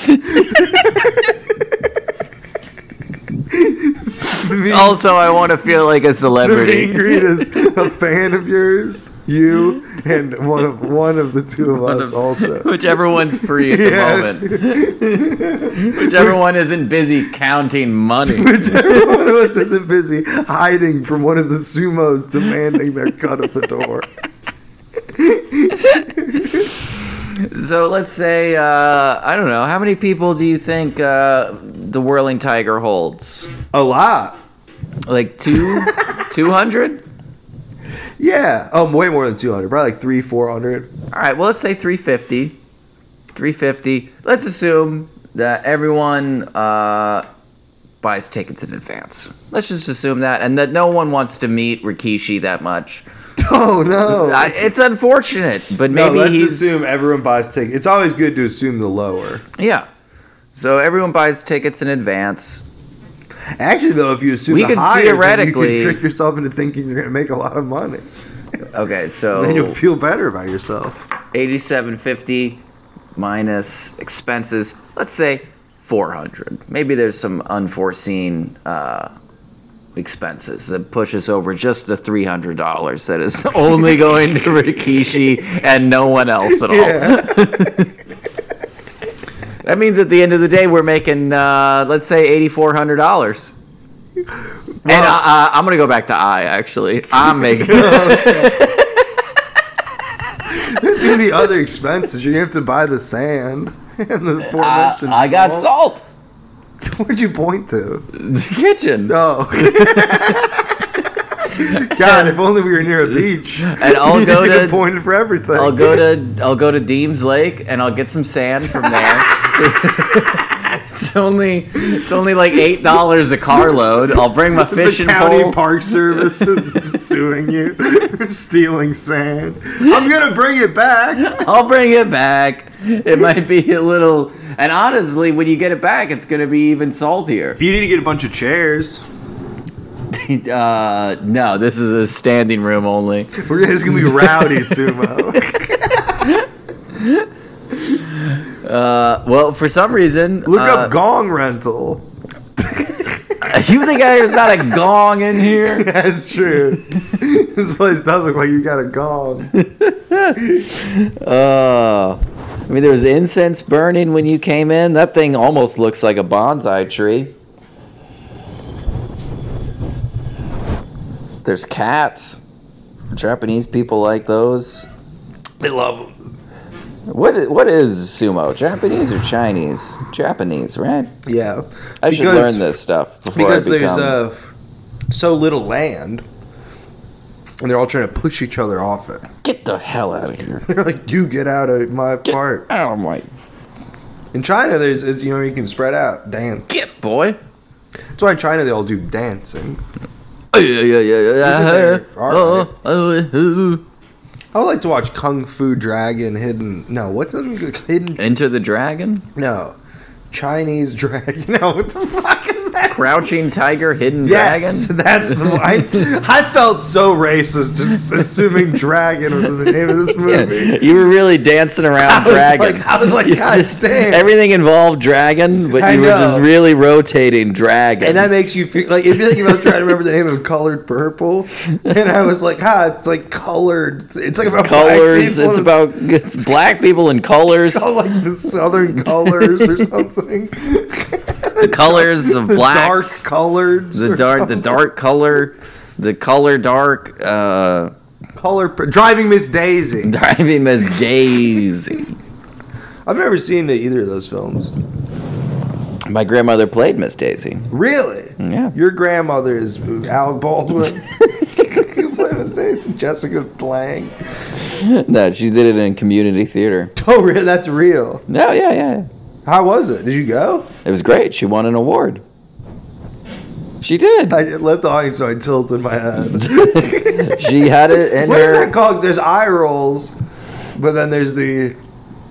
S2: The meet-
S3: Also, I want to feel like a
S2: the meet and
S3: celebrity.
S2: greet is a fan of yours, you, and one of one of the two of us also.
S3: Whichever one's free at the
S2: Yeah.
S3: moment. Whichever one isn't busy counting money.
S2: Whichever one of us isn't busy hiding from one of the sumos demanding their cut of the door.
S3: So let's say uh, I don't know how many people do you think uh, the Whirling Tiger holds?
S2: A lot.
S3: Like two, two hundred?
S2: Yeah. Oh, way more than 200. Probably like three, 400.
S3: All right, well, let's say 350. 350. Let's assume that everyone uh, buys tickets in advance. Let's just assume that, and that no one wants to meet Rikishi that much.
S2: Oh no.
S3: I, it's unfortunate, but
S2: no,
S3: maybe
S2: let's
S3: he's
S2: assume everyone buys tickets. It's always good to assume the lower.
S3: yeah. So everyone buys tickets in advance.
S2: Actually, though, if you assume
S3: We
S2: the
S3: could
S2: higher, then you
S3: theoretically-
S2: can trick yourself into thinking you're going to make a lot of money.
S3: Okay, so
S2: Then you'll feel better about yourself.
S3: 8750 minus expenses let's say 400 maybe there's some unforeseen uh, expenses that push us over just the $300 that is only going to rikishi and no one else at all
S2: Yeah.
S3: that means at the end of the day we're making uh, let's say $8400 and uh, uh, I'm gonna go back to I actually. I'm making
S2: There's going to be other expenses. You're going to have to buy the sand and the
S3: I,
S2: aforementioned
S3: Uh, I got
S2: salt.
S3: salt.
S2: Where'd you point to?
S3: The kitchen.
S2: No. God, if only we were near a beach.
S3: And I'll
S2: you
S3: go
S2: could
S3: to-
S2: have pointed for everything.
S3: I'll go to I'll go to Deems Lake and I'll get some sand from there. it's only it's only like eight dollars a carload. I'll bring my
S2: the
S3: fishing
S2: county
S3: pole.
S2: park service is suing you for stealing sand. I'm gonna bring it back.
S3: I'll bring it back. It might be a little. And honestly, when you get it back, it's gonna be even saltier.
S2: You need to get a bunch of chairs.
S3: Uh, no, this is a standing room only.
S2: We're gonna, it's gonna be rowdy sumo.
S3: Uh, well, for some reason,
S2: Look
S3: uh,
S2: up gong rental.
S3: You think there's not a gong in here?
S2: That's true. this place does look like you got a gong.
S3: Uh, I mean, there was incense burning when you came in. That thing almost looks like a bonsai tree. There's cats. Japanese people like those.
S2: They love them.
S3: What i- what is sumo? Japanese or Chinese? Japanese, right?
S2: Yeah,
S3: I should
S2: Because-
S3: learn this stuff before
S2: because
S3: I
S2: there's
S3: become.
S2: uh, so little land, and they're all trying to push each other off it.
S3: Get the hell out of here!
S2: They're like, "You get out of my part."
S3: Out of my
S2: In China, there's is you know you can spread out dance.
S3: get, boy.
S2: That's why in China they all do dancing.
S3: Yeah, yeah, yeah, yeah.
S2: there.
S3: Uh,
S2: Alright.
S3: uh,
S2: I would like to watch Kung Fu Dragon Hidden. No, what's in Hidden?
S3: Enter the dragon.
S2: No, Chinese Dragon. No, what the fuck is that?
S3: Crouching Tiger, Hidden
S2: Yes,
S3: Dragon.
S2: that's the. I, I felt so racist just assuming dragon was in the name of this movie.
S3: You were really dancing around
S2: I was
S3: dragon.
S2: like- I was like,
S3: You
S2: "God
S3: just-
S2: damn."
S3: Everything involved dragon, but
S2: I
S3: you were just
S2: know.
S3: really rotating dragon.
S2: And that makes you feel like if you're thinking about trying to remember the name of colored purple, and I was like, ah, it's like colored. It's- It's like about black
S3: colors.
S2: people
S3: It's
S2: and
S3: about it's black people and colors.
S2: It's all like the Southern colors or something. the
S3: colors of
S2: the
S3: blacks.
S2: dark colors,
S3: The
S2: or
S3: dark, the
S2: something.
S3: dark color, the color dark. Uh,
S2: color. pr- Driving Miss Daisy.
S3: driving Miss Daisy.
S2: I've never seen either of those films.
S3: My grandmother played Miss Daisy.
S2: Really?
S3: Yeah.
S2: Your grandmother is Al Baldwin. Who played Miss Daisy? Jessica Lang.
S3: No, she did it in community theater.
S2: Oh, re- that's real.
S3: No, yeah, yeah.
S2: How was it? Did you go?
S3: It was great. She won an award. She did.
S2: I let the audience know I tilted my head.
S3: She had it in
S2: What is
S3: her.
S2: that called? There's eye rolls, but then there's the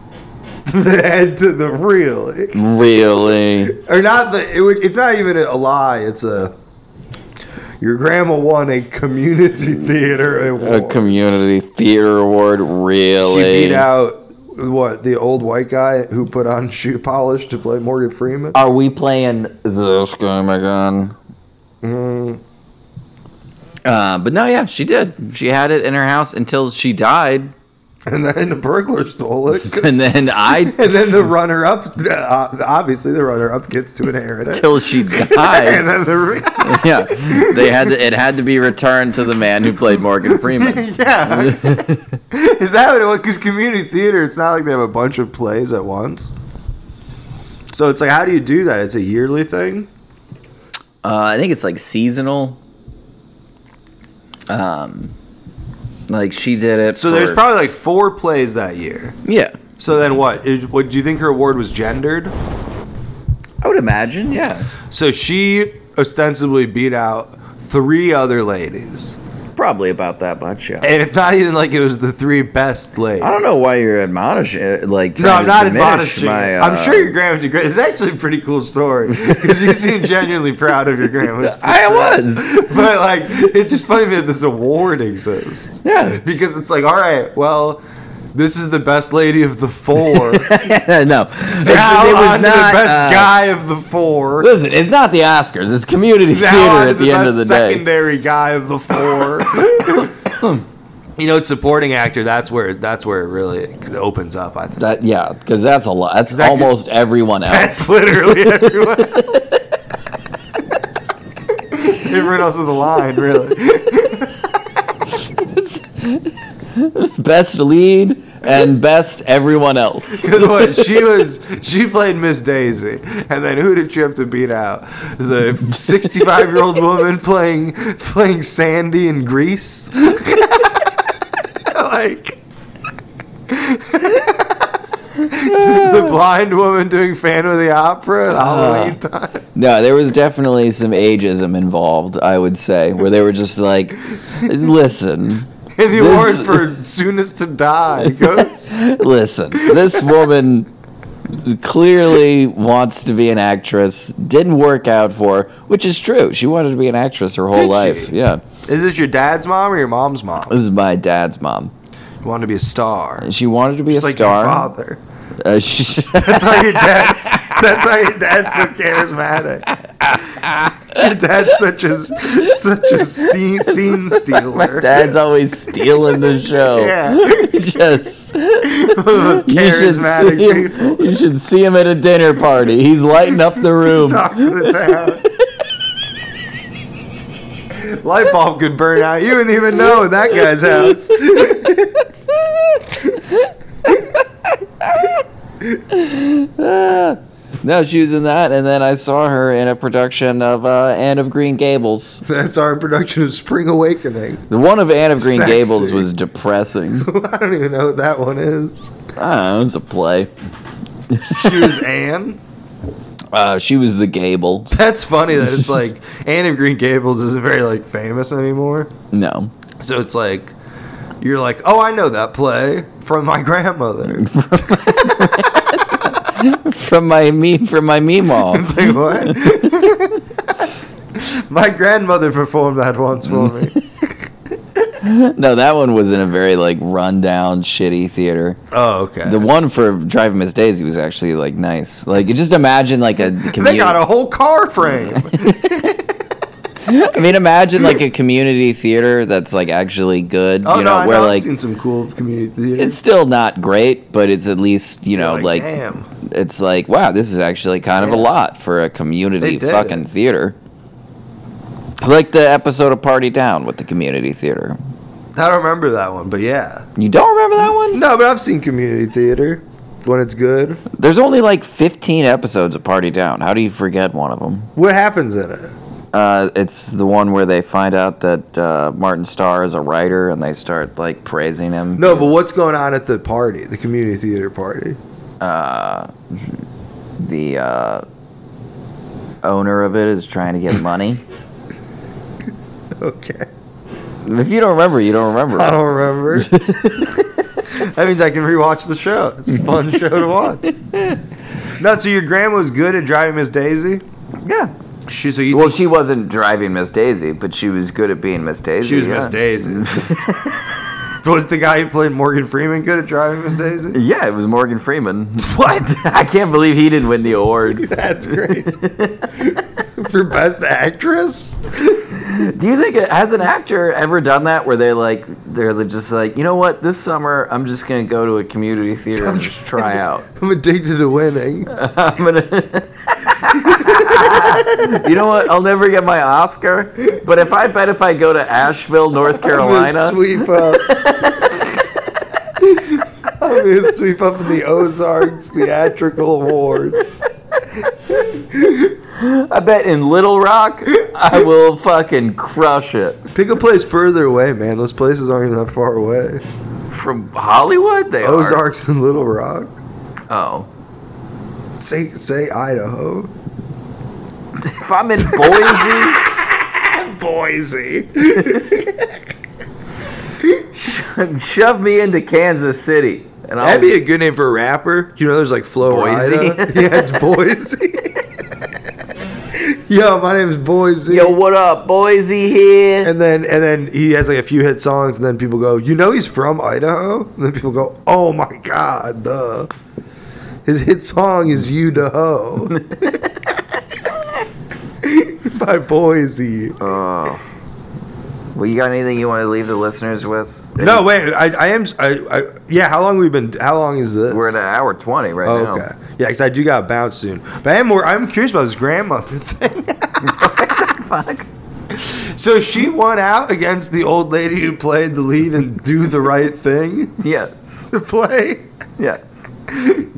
S2: the head to the real,
S3: Really?
S2: or not the. It, would- it's not even a lie. It's a your grandma won a community theater
S3: A
S2: award.
S3: community theater award?
S2: she
S3: Really?
S2: beat out what the old white guy who put on shoe polish to play Morgan Freeman.
S3: Are we playing this game again?
S2: Mm,
S3: Uh, but no, yeah, she did. She had it in her house until she died,
S2: and then the burglar stole it.
S3: and then I
S2: And then the runner-up, uh, obviously the runner-up gets to inherit it.
S3: till she
S2: And
S3: died.
S2: then the
S3: yeah, they had to, it had to be returned to the man who played Morgan Freeman.
S2: Yeah. Is that what it was? Because community theater, it's not like they have a bunch of plays at once. So it's like, how do you do that? It's a yearly thing?
S3: Uh, I think it's like seasonal. Um, like she did it.
S2: So there's
S3: for-
S2: probably like four plays that year.
S3: yeah.
S2: So then what? Is, what do you think her award was gendered?
S3: I would imagine, yeah.
S2: So she ostensibly beat out three other ladies.
S6: Probably about that much, yeah.
S2: And it's not even like it was the three best ladies.
S6: I don't know why you're
S3: uh,
S6: admonishing, like,
S2: No,
S6: trying
S2: I'm
S6: to
S2: not
S6: diminish
S2: admonishing.
S6: My,
S2: you.
S6: uh,
S2: I'm sure your grandma did great. It's actually a pretty cool story because you seem genuinely proud of your grandma's.
S6: I was.
S2: but like, it's just funny that this award exists.
S6: Yeah.
S2: Because it's like, all right, well, this is the best lady of the four.
S6: no.
S2: Now
S6: it was
S2: I'm
S6: not,
S2: the best
S6: uh,
S2: guy of the four.
S3: Listen, it's not the Oscars. It's
S2: now
S3: community
S2: I'm
S3: theater at the, end
S2: best
S3: of the day.
S2: secondary guy of the four. you know, it's supporting actor. That's where that's where it really opens up. I think
S3: That yeah, because that's a lot. That's
S2: That could-
S3: almost everyone else.
S2: that's literally everyone. else. Everyone else is a line, really.
S3: Best lead and best everyone else.
S2: Because what she was, she played Miss Daisy, and then who did Trip to beat out? The sixty-five-year-old woman playing playing Sandy in Grease. like the blind woman doing Fan of the Opera at Halloween time.
S3: No, there was definitely some ageism involved. I would say where they were just like, listen,
S2: And the
S3: this-
S2: award for soonest to die goes.
S3: listen, this woman clearly wants to be an actress. Didn't work out for her, which is true. She wanted to be an actress her whole
S2: Did she?
S3: life. Yeah,
S2: Is this your dad's mom or your mom's mom?
S3: this is my dad's mom.
S2: You wanted to be a star.
S3: She wanted to be
S2: Just
S3: a
S2: like
S3: star.
S2: your father.
S3: Uh, she-
S2: That's how your dad's. That's how your dad's so charismatic. Your dad's such a such a ste- scene stealer.
S3: Dad's always stealing the show.
S2: Yeah.
S3: Just
S2: One of the most
S3: you should,
S2: charismatic
S3: see him,
S2: people.
S3: you should see him at a dinner party. He's lighting up the room.
S2: Talk to the town. Light bulb could burn out. You wouldn't even know in that guy's house.
S3: No, she was in that, and then I saw her in a production of uh, Anne of Green Gables.
S2: That's our production of Spring Awakening.
S3: The one of Anne of Green
S2: Sexy.
S3: Gables was depressing.
S2: I don't even know what that one is.
S3: I don't know, it's a play.
S2: She was Anne.
S3: Uh, she was the Gable.
S2: That's funny that it's like Anne of Green Gables isn't very like famous anymore.
S3: No,
S2: So it's like you're like, oh, I know that play from my grandmother.
S3: from my me from my
S2: It's
S3: meemaw.
S2: like what? my grandmother performed that once for me.
S3: No, that one was in a very like rundown, shitty theater.
S2: Oh, okay.
S3: The one for Driving Miss Daisy was actually like nice. Like you just imagine like a
S2: they
S3: community.
S2: got a whole car frame.
S3: I mean, imagine like a community theater that's like actually good.
S2: Oh
S3: you
S2: no,
S3: know,
S2: I
S3: where
S2: know
S3: like
S2: I've seen some cool community theater.
S3: it's still not great, but it's at least you know
S2: Like,
S3: like,
S2: damn,
S3: it's like wow, this is actually kind of a
S2: Yeah.
S3: lot for a
S2: They
S3: community
S2: did
S3: fucking theater. It's like the episode of Party Down with the community theater.
S2: I don't remember that one, but yeah.
S3: You don't remember that one?
S2: No, but I've seen community theater when it's good.
S3: There's only like 15 episodes of Party Down. How do you forget one of them?
S2: What happens in it?
S3: Uh, it's the one where they find out that uh, Martin Starr is a writer and they start like praising him.
S2: No, but
S3: because-
S2: what's going on at the party, the community theater party?
S3: uh, the uh, owner of it is trying to get money.
S2: Okay.
S3: if you don't remember, you don't remember.
S2: I don't remember. that means I can rewatch the show. It's a fun show to watch. No, so your grandma's good at driving Miss Daisy.
S3: yeah.
S2: She so you
S3: Well, she wasn't driving Miss Daisy, but she was good at being Miss Daisy.
S2: she was
S3: yeah.
S2: Miss Daisy. was the guy who played Morgan Freeman good at driving Miss Daisy?
S3: Yeah, it was Morgan Freeman.
S2: What?
S3: I can't believe he didn't win the award.
S2: That's great. For best actress?
S3: Do you think has an actor ever done that where they like they're just like, you know what, this summer I'm just gonna go to a community theater and just try out.
S2: I'm addicted to winning.
S3: I'm gonna. you know what? I'll never get my Oscar, but if I bet if I go to Asheville, North
S2: I'm
S3: Carolina,
S2: gonna sweep up. I'm gonna sweep up in the Ozarks theatrical awards.
S3: I bet in Little Rock, I will fucking crush it.
S2: Pick a place further away, man. Those places aren't even that far away.
S3: From Hollywood, they
S2: Ozarks and Little Rock.
S3: are. Oh,
S2: Say, say Idaho.
S3: if I'm in Boise,
S2: Boise.
S3: shove me into Kansas City, and I'll
S2: That'd be a good name for a rapper. You know, there's like Flo
S3: Boise.
S2: Rida. Yeah, it's Boise. Yo, my name's Boise.
S3: yo, what up, Boise here?
S2: And then and then he has like a few hit songs, and then people go, you know, he's from Idaho. And then people go, oh my god, duh. His hit song is "You to Ho" by Boise.
S3: oh. Well, you got anything you want to leave the listeners with?
S2: No, wait, I, I am. I, I, yeah, how long we've been? How long is this?
S3: We're at an hour twenty right
S2: Oh,
S3: now.
S2: okay. Yeah, because I do got to bounce soon. But I am more. I'm curious about this grandmother thing.
S3: Fuck.
S2: so she won out against the old lady who played the lead and "Do the Right Thing"
S3: Yes.
S2: to play.
S3: Yes.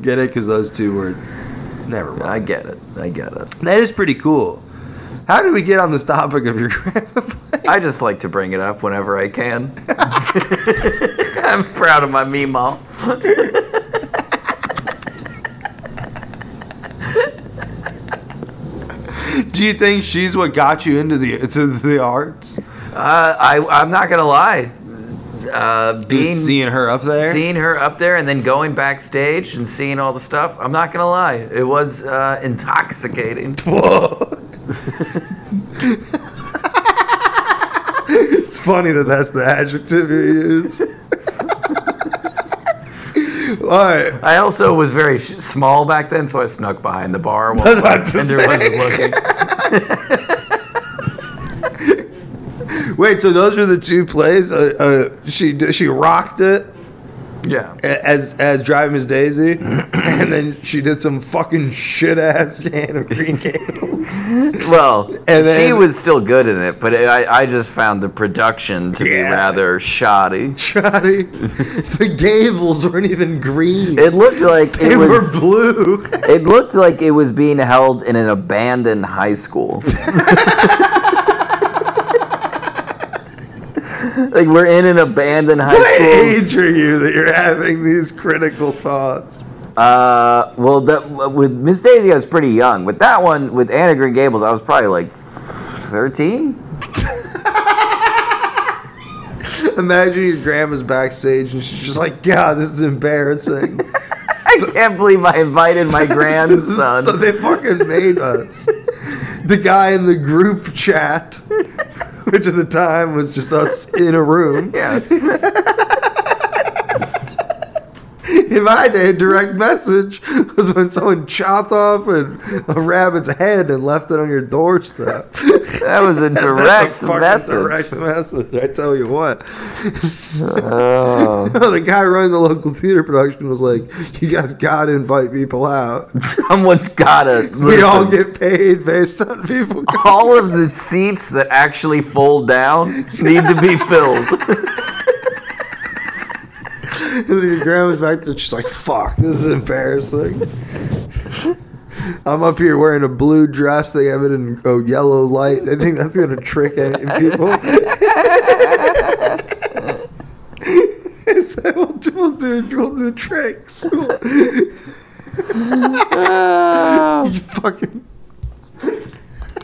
S2: Get it? Because those two were. Never mind.
S3: I get it. I get it.
S2: That is pretty cool. How did we get on this topic of your grandma playing?
S3: I just like to bring it up whenever I can. I'm proud of my meemaw.
S2: Do you think she's what got you into the to the arts?
S3: Uh, I I'm not gonna lie. Uh, being
S2: Just seeing her up there?
S3: seeing her up there and then going backstage and seeing all the stuff, I'm not gonna lie. It was uh, intoxicating.
S2: Whoa. it's funny that that's the adjective you use. All right.
S3: I also was very sh- small back then, so I snuck behind the bar while
S2: I was
S3: the
S2: about to
S3: bartender
S2: say.
S3: wasn't looking.
S2: Wait, so those are the two plays? Uh, uh, she she rocked it
S3: Yeah.
S2: a- as as Drive Miss Daisy, and then she did some fucking shit ass can of green candles.
S3: Well,
S2: And then-
S3: she was still good in it, but I, I just found the production to
S2: Yeah.
S3: be rather shoddy.
S2: Johnny, the gables weren't even green.
S3: It looked like
S2: they
S3: it was.
S2: were blue.
S3: It looked like it was being held in an abandoned high school. like we're in an abandoned
S2: what
S3: high school.
S2: age are you that you're having these critical thoughts?
S3: Uh, well, that, with Miss Daisy, I was pretty young. With that one, with Anna Green Gables, I was probably like thirteen.
S2: Imagine your grandma's backstage and she's just like, God, this is embarrassing.
S3: I can't believe I invited my
S2: This is-
S3: grandson.
S2: So they fucking made us. The guy in the group chat, which at the time was just us in a room.
S3: yeah.
S2: In my day, direct message was when someone chopped off a, a rabbit's head and left it on your doorstep.
S3: That was a
S2: That's a
S3: direct
S2: fucking
S3: message.
S2: Direct message. I tell you what.
S3: Oh.
S2: the guy running the local theater production was like, "You guys gotta invite people out.
S3: Someone's gotta.
S2: We all
S3: listen.
S2: get paid based on people." coming."
S3: all of the seats that actually fold down need to be filled.
S2: And then your grandma's back there. She's like, "Fuck, this is embarrassing." I'm up here wearing a blue dress. They have it in a yellow light. They think that's gonna trick any people. I said, we'll, do- we'll do we'll do tricks. you fucking.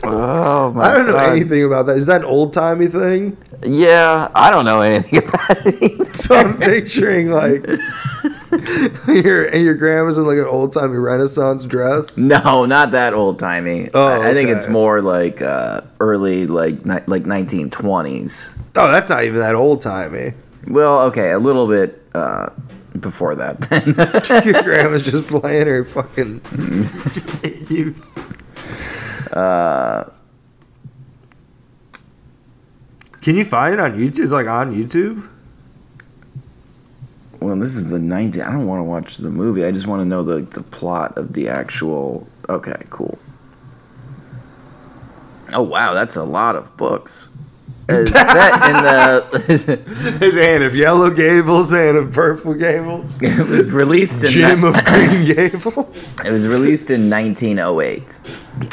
S3: oh my
S2: I don't know anything about that. Is that an old timey thing?
S3: Yeah, I don't know anything about it.
S2: So I'm picturing like your and your grandma's in like an old timey Renaissance dress.
S3: No, not that old timey.
S2: Oh,
S3: I, I think it's
S2: okay.
S3: more like uh, early, like ni- like 1920s.
S2: Oh, that's not even that old timey.
S3: Well, okay, a little bit uh, before that. Then.
S2: Your grandma's just playing her fucking. you,
S3: uh,
S2: can you find it on YouTube? It's like on YouTube.
S3: well, this is the 90s. I don't want to watch the movie. I just want to know the the plot of the actual. Okay, cool. Oh wow, that's a lot of books. It's set in the.
S2: There's Anne of Yellow Gables, Anne of Purple Gables,
S3: It was released in
S2: Jim of Green Gables.
S3: It was released in 1908.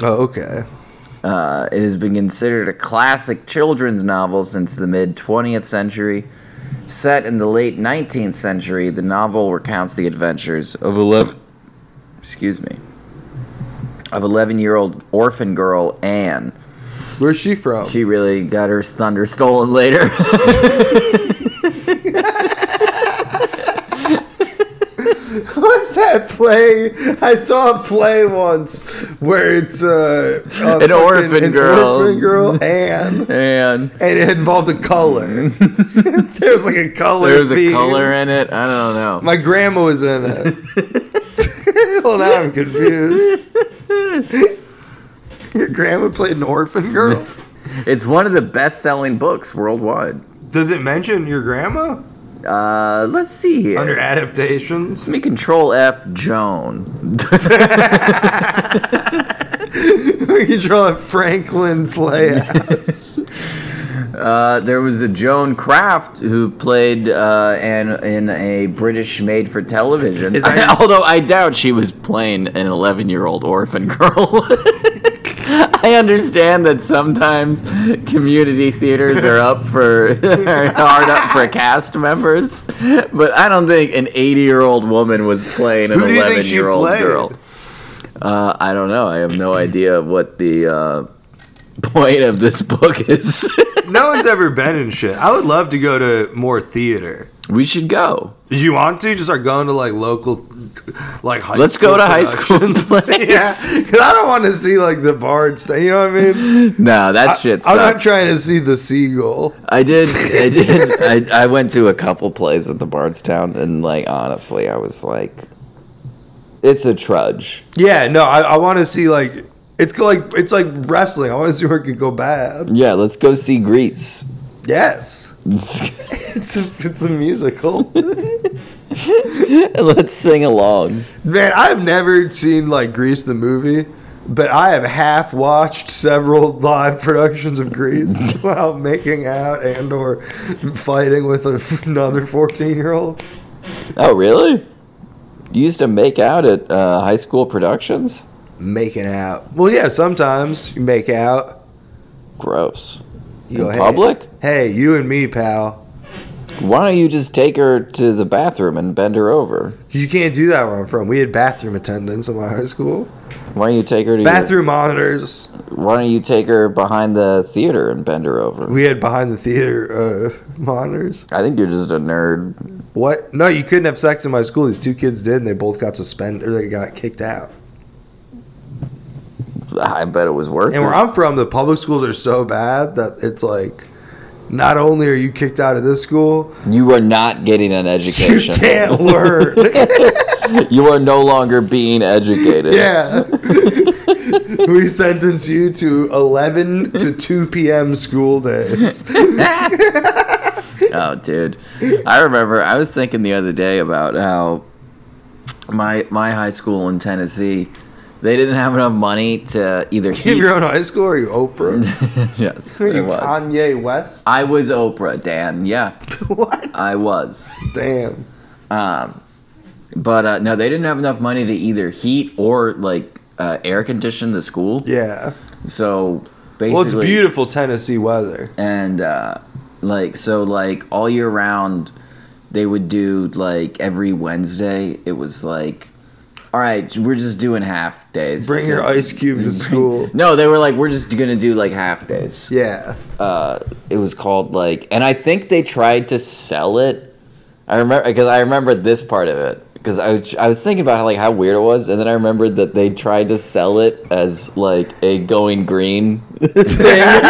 S2: Oh, okay.
S3: Uh, it has been considered a classic children's novel since the mid 20th century. Set in the late 19th century, the novel recounts the adventures of 11 excuse me, of 11 year old orphan girl Anne.
S2: Where's she from?
S3: She really got her thunder stolen later.
S2: What's that play? I saw a play once where it's uh, a
S3: An
S2: fucking-
S3: orphan
S2: an
S3: girl.
S2: orphan girl, Anne,
S3: and
S2: and it involved a color. There's like a color.
S3: there's a
S2: theme.
S3: color in it. I don't know.
S2: My grandma was in it. well, now I'm confused. Your grandma played an orphan girl.
S3: It's one of the best selling books worldwide.
S7: Does it mention your grandma
S3: Uh, let's see here.
S7: under adaptations?
S3: Let me control F Joan.
S2: we can draw a Franklin playhouse.
S3: Uh, there was a Joan Craft who played uh, Anne in a British made for television.
S7: Is that-
S3: although I doubt she was playing an 11 year old orphan girl. I understand that sometimes community theaters are up for are hard up for cast members, but I don't think an 80 year old woman was playing an
S2: Who do you think
S3: 11
S2: she
S3: year old
S2: played?
S3: girl. Uh, I don't know. I have no idea what the uh, point of this book is.
S7: No one's ever been in shit. I would love to go to more theater.
S3: we should go.
S7: If you want to, just start going to like local, like high
S3: Let's
S7: school
S3: go to high school
S7: productions.
S3: plays.
S7: yeah, because I don't want to see like the bard stuff. You know what I mean?
S3: No, that shit
S2: I'm not
S3: sucks.
S2: trying to see the seagull.
S3: I did. I did. I,
S8: I went to a couple plays at the Bardstown, and like honestly, I was like, it's a trudge.
S7: Yeah, no, I, I want to see like it's like it's like wrestling. I want to see where it could go bad.
S8: Yeah, let's go see Greece.
S2: Yes, it's a, it's a musical.
S8: let's sing along.
S2: Man, I've never seen like Grease the movie, but I have half watched several live productions of Grease while making out and or fighting with another 14-year-old.
S8: Oh, really? You used to make out at uh, high school productions?
S2: Making out. Well, yeah, sometimes you make out.
S8: Gross.
S2: You
S8: In
S2: go, "Hey,
S8: public?
S2: Hey, you and me, pal.
S8: Why don't you just take her to the bathroom and bend her over?
S2: 'Cause You can't do that where I'm from. We had bathroom attendants in my high school.
S8: Why don't you take her to your-
S2: Bathroom monitors.
S8: why don't you take her behind the theater and bend her over?
S2: We had behind the theater uh, monitors.
S8: I think you're just a nerd.
S2: What? No, you couldn't have sex in my school. These two kids did, and they both got suspended or they got kicked out.
S8: I bet it was worth
S2: And
S8: it.
S2: where I'm from, the public schools are so bad that it's like, not only are you kicked out of this school,
S8: You are not getting an
S2: you
S8: education.
S2: can't learn.
S8: You are no longer being educated.
S2: yeah, we sentence you to 11 to 2 p.m. school days.
S3: oh, dude. I remember. I was thinking the other day about how my my high school in Tennessee, they didn't have enough money to either
S2: You have
S3: heat.
S2: your own high school? Are you Oprah?
S3: yes,
S2: Are
S3: it
S2: you
S3: was.
S2: Kanye West?
S3: I was Oprah, Dan. Yeah,
S2: what?
S3: I was.
S2: Damn.
S3: Um, but uh, no, they didn't have enough money to either heat or like uh, air condition the school.
S2: Yeah.
S3: So basically,
S2: Well, it's beautiful Tennessee weather.
S3: and uh, like so like all year round they would do like every wednesday it was like all right we're just doing half days
S2: Bring your ice cube to school.
S3: no they were like we're just gonna do like half days
S2: Yeah.
S8: Uh, it was called like, and I think they tried to sell it. I remember because I remember this part of it because I, was- I was thinking about how, like how weird it was, and then I remembered that they tried to sell it as like a going green thing.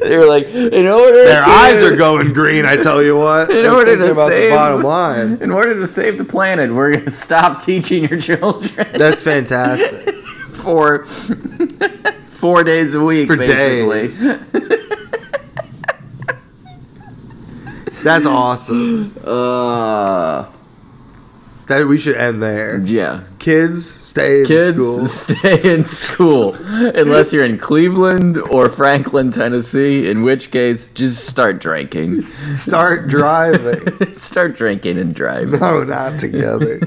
S8: they were like, in order
S7: Their
S8: to-
S7: eyes are going green. I tell you what.
S3: in order
S2: Thinking
S3: to
S2: about the
S3: save
S2: bottom line.
S3: in order to save the planet we're gonna stop teaching your children
S2: That's fantastic.
S3: for four days a week
S2: For
S3: basically
S2: days. That's awesome.
S3: uh
S2: That we should end there.
S3: yeah
S2: Kids, stay in
S3: Kids,
S2: school.
S3: stay in school unless you're in Cleveland or Franklin, Tennessee, in which case, just start drinking.
S2: Start driving.
S3: start drinking and driving.
S2: no, not together.